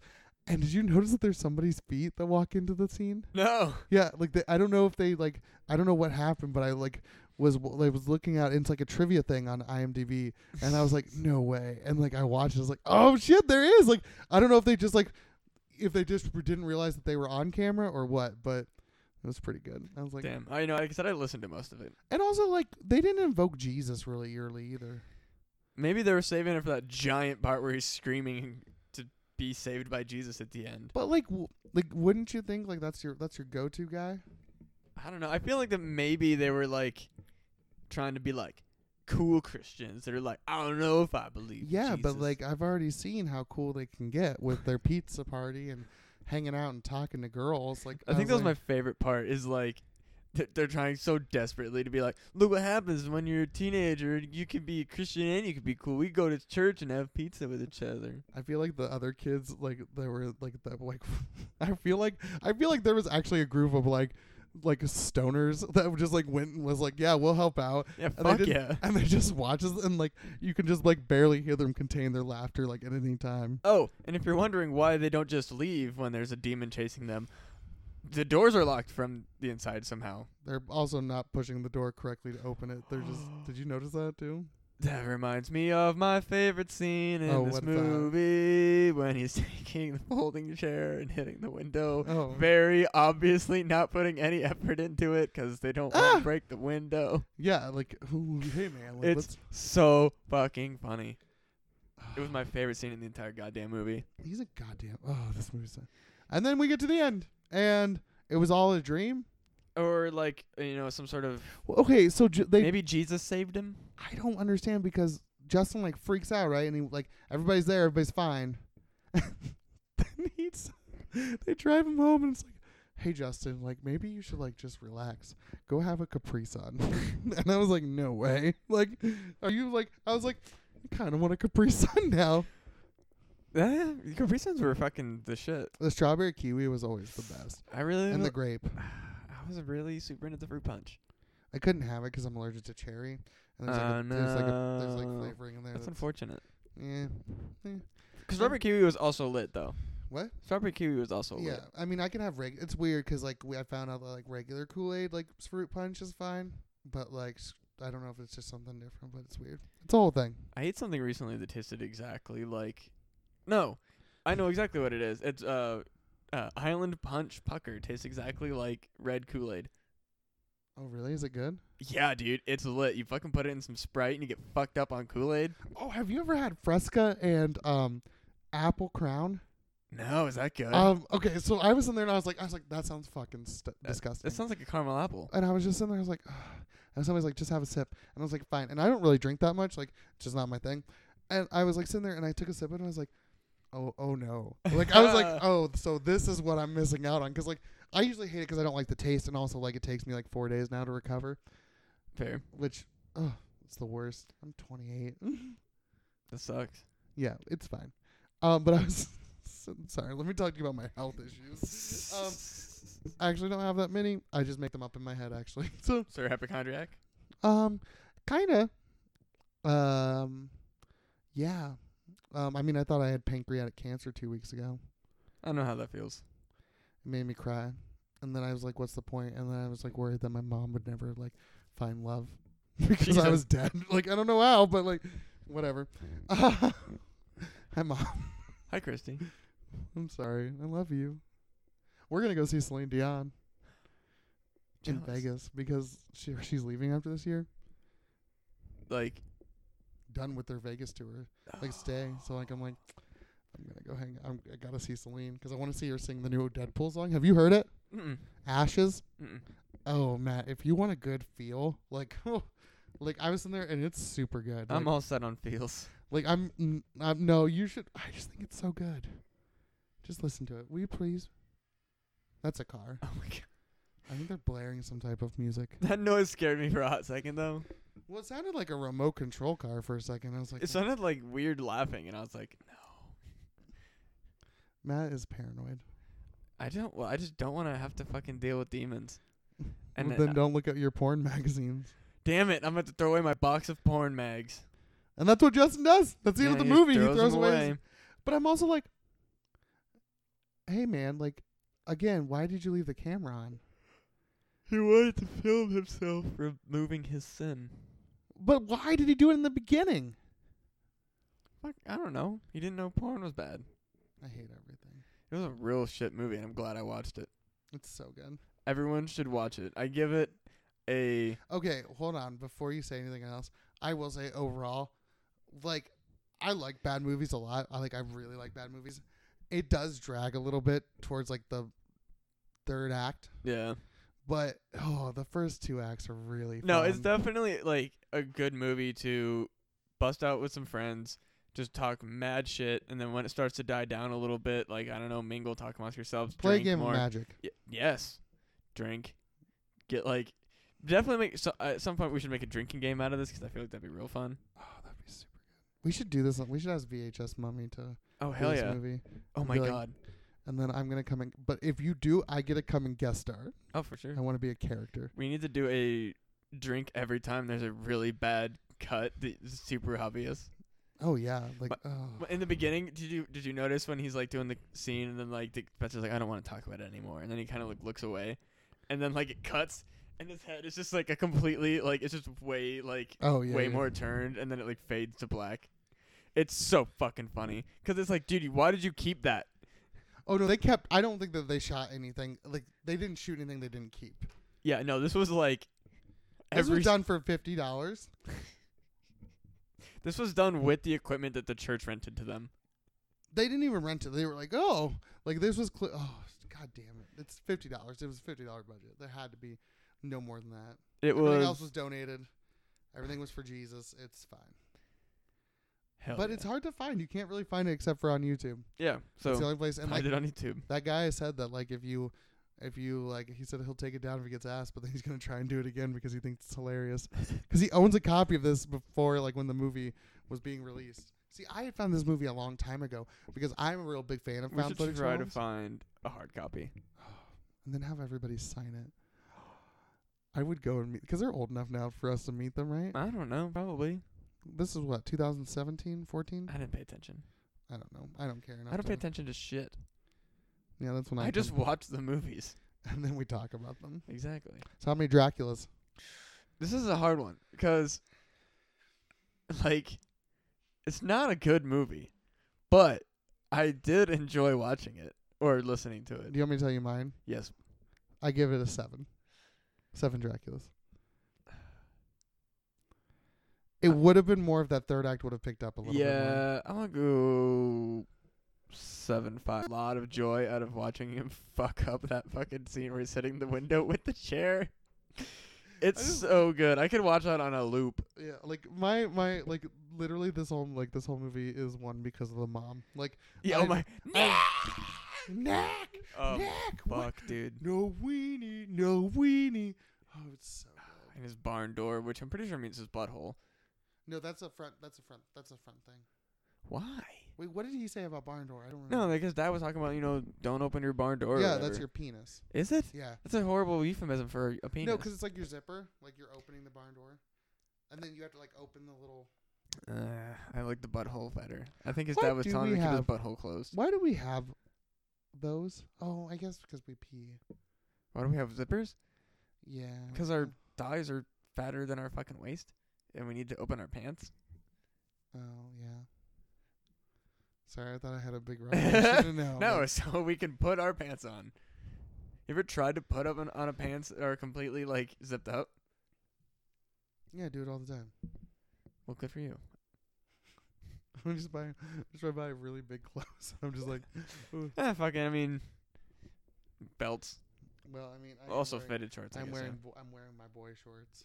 A: And did you notice that there's somebody's feet that walk into the scene?
B: No.
A: Yeah, like they, I don't know if they like I don't know what happened, but I like was I was looking at it's like a trivia thing on IMDb, and I was like, no way, and like I watched, it, I was like, oh shit, there is like I don't know if they just like if they just didn't realize that they were on camera or what, but it was pretty good. I was like,
B: Damn. I know. Like I said, I listened to most of it.
A: and also like they didn't invoke Jesus really early either.
B: Maybe they were saving it for that giant part where he's screaming to be saved by Jesus at the end.
A: But like, w- like, wouldn't you think like that's your that's your go to guy?
B: I don't know. I feel like that maybe they were like trying to be like cool Christians that are like, I don't know if I believe.
A: Yeah, but
B: Jesus."
A: like I've already seen how cool they can get with their pizza party and hanging out and talking to girls. Like
B: I think that was my
A: like,
B: favorite part. Is like. th- They're trying so desperately to be like, look what happens when you're a teenager. You can be a Christian and you can be cool. We go to church and have pizza with each other.
A: I feel like the other kids like they were like that like I feel like I feel like there was actually a group of like like stoners that just like went and was like yeah we'll help out
B: Yeah,
A: they
B: fuck
A: didn't-
B: yeah.
A: and they just watches and like you can just like barely hear them contain their laughter like at any time.
B: Oh, and if you're wondering why they don't just leave when there's a demon chasing them, the doors are locked from the inside somehow.
A: They're also not pushing the door correctly to open it. They're just did you notice that too?
B: That reminds me of my favorite scene in
A: Oh,
B: this
A: what's that?
B: movie when he's taking the folding chair and hitting the window.
A: Oh.
B: Very obviously not putting any effort into it because they don't want
A: Ah!
B: to break the window.
A: Yeah, like, ooh, hey man, like,
B: It's-
A: let's.
B: So fucking funny. It was my favorite scene in the entire goddamn movie.
A: He's a goddamn. Oh, this movie's. so- And then we get to the end, and it was all a dream.
B: Or like you know some sort of
A: Well, okay, so J- they.
B: maybe Jesus saved him.
A: I don't understand because Justin like freaks out, right? And he like everybody's there, everybody's fine. then he's. They drive him home, and it's like, hey Justin, like maybe you should like just relax, go have a Capri Sun. and I was like, no way. Like, are you like? I was like, I kind of want a Capri Sun now.
B: Yeah, Capri Suns were fucking the shit.
A: The strawberry kiwi was always the best,
B: I really
A: and the
B: don't-
A: grape.
B: I was really super into the fruit punch.
A: I couldn't have it 'cause I'm allergic to cherry. And there's,
B: Oh,
A: like a, there's like a there's like
B: no.
A: flavoring in there.
B: That's
A: That's
B: unfortunate.
A: yeah, eh,
B: Because strawberry kiwi was also lit though.
A: What?
B: Strawberry kiwi was also
A: yeah.
B: lit.
A: I mean, I can have reg. It's weird 'cause like we, I found out that like regular Kool Aid like s- fruit punch is fine, but like s- I don't know if it's just something different, but it's weird. It's a whole thing.
B: I ate something recently that tasted exactly like. No, I know exactly what it is. It's uh, uh Highland Punch Pucker tastes exactly like red Kool Aid.
A: Oh really? Is it good?
B: Yeah, dude, it's lit. You fucking put it in some Sprite and you get fucked up on Kool Aid.
A: Oh, have you ever had Fresca and um apple crown?
B: No, is that good?
A: Um. Okay, so I was in there and I was like, I was like, that sounds fucking st-
B: Uh,
A: disgusting.
B: That sounds like a caramel apple.
A: and I was just sitting there. I was like, "Ugh." and somebody's like, just have a sip. And I was like, fine. And I don't really drink that much. Like, it's just not my thing. And I was like sitting there, and I took a sip, and I was like, oh, oh no. Like I was like, oh, so this is what I'm missing out on. Because like I usually hate it because I don't like the taste, and also like it takes me like four days now to recover,
B: Fair.
A: which, oh, it's the worst. I'm 28.
B: That sucks.
A: yeah, it's fine. Um, but I was So- Sorry, let me talk to you about my health issues. Um, I actually don't have that many. I just make them up in my head, actually. So,
B: Sir hypochondriac.
A: um, kinda. Um, yeah. Um, I mean, I thought I had pancreatic cancer two weeks ago.
B: I know how that feels.
A: It made me cry, and then I was like, "What's the point?" And then I was like worried that my mom would never like find love because I
B: Jesus.
A: was dead. Like I don't know how, but like whatever. Hi, mom.
B: Hi, Christy.
A: I'm sorry. I love you. We're gonna go see Celine Dion in
B: Jealous.
A: Vegas because she she's leaving after this year.
B: Like,
A: Done with their Vegas tour, like stay. So like I'm like, I'm gonna go hang. I'm, I gotta see Celine because I want to see her sing the new Deadpool song. Have you heard it?
B: mm-mm,
A: Ashes.
B: mm-mm.
A: Oh Matt, if you want a good feel, like, oh, like I was in there and it's super good.
B: I'm
A: like,
B: all set on feels.
A: like I'm, n- I'm no, you should. I just think it's so good. Just listen to it, will you please? That's a car.
B: Oh my god,
A: I think they're blaring some type of music.
B: that noise scared me for a hot second though.
A: Well, it sounded like a remote control car for a second. I was like, uh,
B: It sounded like weird laughing, and I was like, no,
A: Matt is paranoid.
B: I don't. Well, I just don't want to have to fucking deal with demons. And uh,
A: And
B: then, uh,
A: then don't look at your porn magazines.
B: damn it, I'm about to throw away my box of porn mags.
A: And that's what Justin does. That's the end
B: Yeah,
A: of the movie. he throws
B: them
A: away. his- But I'm also like, hey man, like, again, why did you leave the camera on?
B: He wanted to film himself removing his sin.
A: But why did he do it in the beginning?
B: Fuck, I don't know. He didn't know porn was bad.
A: I hate everything.
B: It was a real shit movie, and I'm glad I watched it.
A: It's so good.
B: Everyone should watch it. I give it a.
A: Okay, hold on. Before you say anything else, I will say overall, like, I like bad movies a lot. I like, I really like bad movies. It does drag a little bit towards like the third act,
B: Yeah.
A: but oh, the first two acts are really
B: No, it's
A: fun.
B: definitely like a good movie to bust out with some friends, just talk mad shit, and then when it starts to die down a little bit, like I don't know, mingle, talk amongst yourselves,
A: play a
B: drink
A: game
B: more.
A: of magic.
B: Y- yes, drink, get like definitely make. So, at some point, we should make a drinking game out of this because I feel like that'd be real fun.
A: Oh, that'd be super good. We should do this. on- We should ask VHS Mummy to
B: Oh
A: do
B: hell
A: this
B: yeah!
A: movie,
B: Oh
A: Be
B: my
A: like-
B: god!
A: and then I'm gonna come and. But if you do, I get to come and guest star.
B: Oh for sure.
A: I want to be a character.
B: We need to do a drink every time there's a really bad cut that's super obvious.
A: Oh yeah, like
B: But-
A: oh.
B: But In the beginning, did you did you notice when he's like doing the scene and then like the professor's like I don't want to talk about it anymore and then he kind of like looks away, and then like it cuts and his head is just like a completely like it's just way like
A: oh yeah,
B: way
A: yeah.
B: more turned and then it like fades to black. It's so fucking funny because it's like, dude, why did you keep that?
A: Oh no, they kept. I don't think that they shot anything. Like they didn't shoot anything. They didn't keep.
B: Yeah, no, this was like
A: This
B: every
A: was done for fifty dollars.
B: this was done with the equipment that the church rented to them.
A: They didn't even rent it. They were like, oh, like this was. Cl- oh, god damn it! It's fifty dollars. It was a fifty dollar budget. There had to be no more than that.
B: It
A: Everything
B: was,
A: else was donated. Everything was for Jesus. It's fine.
B: hell
A: but
B: yeah.
A: it's hard to find. You can't really find it except for on YouTube.
B: yeah. So
A: it's the only place. And
B: find
A: like
B: it on YouTube.
A: that guy said that like if you, if you like he said he'll take it down if he gets asked, but then he's gonna try and do it again because he thinks it's hilarious. Because he owns a copy of this before like when the movie was being released. See, I had found this movie a long time ago because I'm a real big fan of
B: We
A: found
B: should
A: footage
B: try to
A: films.
B: find a hard copy.
A: and then have everybody sign it. I would go and meet because they're old enough now for us to meet them, right?
B: I don't know, probably.
A: This is what 2017, 14.
B: I didn't pay attention.
A: I don't know. I don't care enough.
B: I don't
A: to-
B: pay attention to shit.
A: Yeah, that's when I,
B: I just
A: come-
B: watch the movies.
A: and then we talk about them.
B: Exactly.
A: So how many Draculas?
B: This is a hard one because, like, it's not a good movie, but I did enjoy watching it or listening to
A: Do
B: it.
A: you want me to tell you mine?
B: Yes.
A: I give it a seven. Seven Draculas. It would have been more if that third act would have picked up a little bit. more.
B: Uh, Yeah, I'm gonna go seven five. A lot of joy out of watching him fuck up that fucking scene where he's hitting the window with the chair. It's
A: just-
B: so good. I could watch that on a loop.
A: Yeah, like my my like literally this whole like this whole movie is one because of the mom. Like
B: Yeah, oh
A: I-
B: my.
A: Knack,
B: Oh,
A: knack, what?
B: fuck, dude.
A: no weenie, no weenie. Oh, it's so good.
B: And his barn door, which I'm pretty sure means his butthole.
A: No, that's a front. That's a front. That's a front thing.
B: Why?
A: Wait, what did he say about barn door? I don't remember.
B: No, because Dad was talking about you know don't open your barn door. or
A: yeah, that's
B: whatever.
A: your penis.
B: Is it?
A: Yeah.
B: That's a horrible euphemism for a penis.
A: No, because it's like your zipper, like you're opening the barn door, and then you have to like open the little.
B: uh, I like the butthole better. I think his
A: What
B: dad was
A: do
B: telling
A: we
B: him to keep his
A: have?
B: butthole closed.
A: Why do we have those? Oh, I guess because we pee.
B: Why do we have zippers?
A: Yeah.
B: Because our thighs are fatter than our fucking waist, and we need to open our pants.
A: Oh yeah. Sorry, I thought I had a big revelation. no.
B: No,
A: like-
B: so we can put our pants on. You ever tried to put up an, on a pants that are completely like zipped up?
A: yeah, I do it all the time.
B: Well, good for you.
A: I'm just buying, just try to buy really big clothes. I'm just like,
B: Ah, fucking. I mean, belts
A: well, I mean, I am
B: also
A: wearing-
B: fitted shorts. I
A: I'm
B: guess,
A: wearing,
B: Yeah.
A: bo- I'm wearing my boy shorts.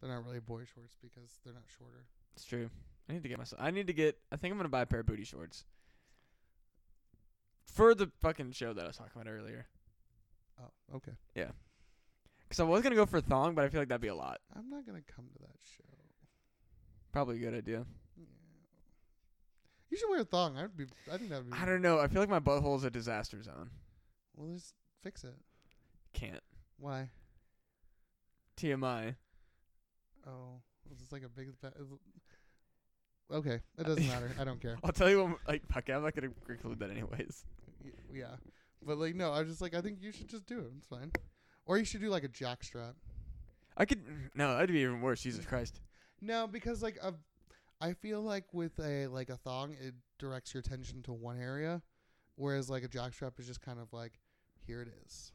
A: They're not really boy shorts because they're not shorter.
B: It's true. I need to get myself. I need to get. I think I'm gonna buy a pair of booty shorts. For the fucking show that I was talking about earlier.
A: Oh, okay.
B: 'Cause I was gonna go for thong, but I feel like that'd be a lot.
A: I'm not gonna come to that show.
B: Probably a good idea.
A: Yeah. You should wear a thong. I'd be. I think that would be.
B: I don't know. I feel like my butthole is a disaster zone.
A: well, just fix it.
B: Can't.
A: Why?
B: TMI.
A: Oh, it's just like a big. Fa- okay, it doesn't matter. I don't care.
B: I'll tell you when. Like, fuck, it, I'm not gonna include that anyways.
A: Y- Yeah, but like no, I was just like I think you should just do it. It's fine. Or you should do like a jock strap.
B: I could. No, that'd be even worse. Jesus Christ.
A: No, because like a, I feel like with a like a thong, it directs your attention to one area, whereas like a jockstrap is just kind of like, here it is.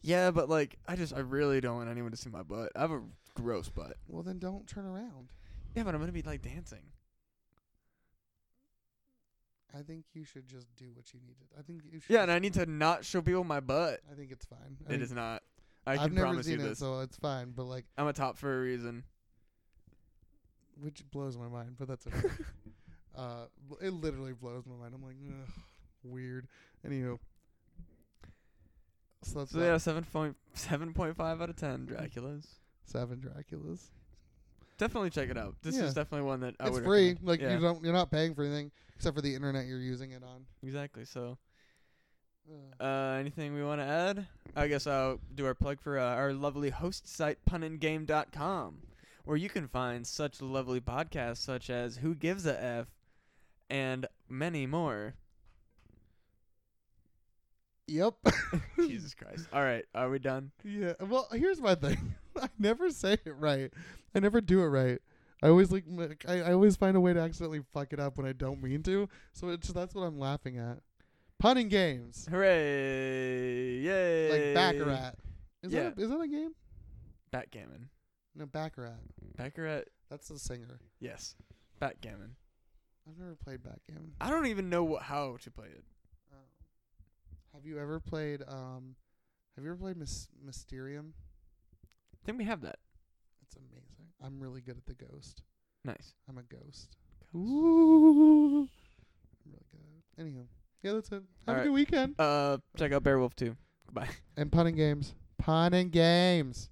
B: Yeah, but like, I just, I really don't want anyone to see my butt. I have a gross butt.
A: Well, then don't turn around.
B: Yeah, but I'm gonna be like dancing.
A: I think you should just do what you need to. I think you should.
B: Yeah, and I need to not show people my butt.
A: I think it's fine. I
B: It
A: think-
B: is not. I
A: I've
B: can
A: never
B: promise you
A: seen it,
B: this.
A: so it's fine. But like,
B: I'm a top for a reason.
A: which blows my mind, but that's okay. uh, bl- it literally blows my mind. I'm like, Ugh, weird. Anywho, so that's
B: So
A: that.
B: yeah, seven point seven point five out of ten Draculas.
A: seven Draculas.
B: Definitely check it out. This
A: Yeah.
B: is definitely one that I
A: it's
B: would
A: free.
B: recommend.
A: Like
B: Yeah,
A: you don't, you're not paying for anything except for the internet you're using it on.
B: exactly. So
A: Ugh.
B: Uh, anything we want to add? I guess I'll do our plug for uh, our lovely host site, punandgame.com, where you can find such lovely podcasts such as Who Gives a F and many more.
A: Yep.
B: Jesus Christ. All right, are we done?
A: yeah. Well, here's my thing. I never say it right. I never do it right. I always like. m- I, I always find a way to accidentally fuck it up when I don't mean to. So it's that's what I'm laughing at. Punning games
B: Hooray! Yay!
A: like baccarat. Is that a, is that a game?
B: Backgammon.
A: No, baccarat.
B: Baccarat,
A: That's the singer.
B: yes. Backgammon.
A: I've never played backgammon.
B: I don't even know wha how to play it.
A: Oh. Have you ever played? Um, have you ever played Mys- Mysterium?
B: I think we have that.
A: It's amazing. I'm really good at the ghost.
B: Nice.
A: I'm a ghost. Ooh. I'm really good at it. Anyhow, yeah, that's it. Have a
B: Alright.
A: good weekend.
B: Uh, check out Beowulf 2. Goodbye.
A: And punning games. Punning games.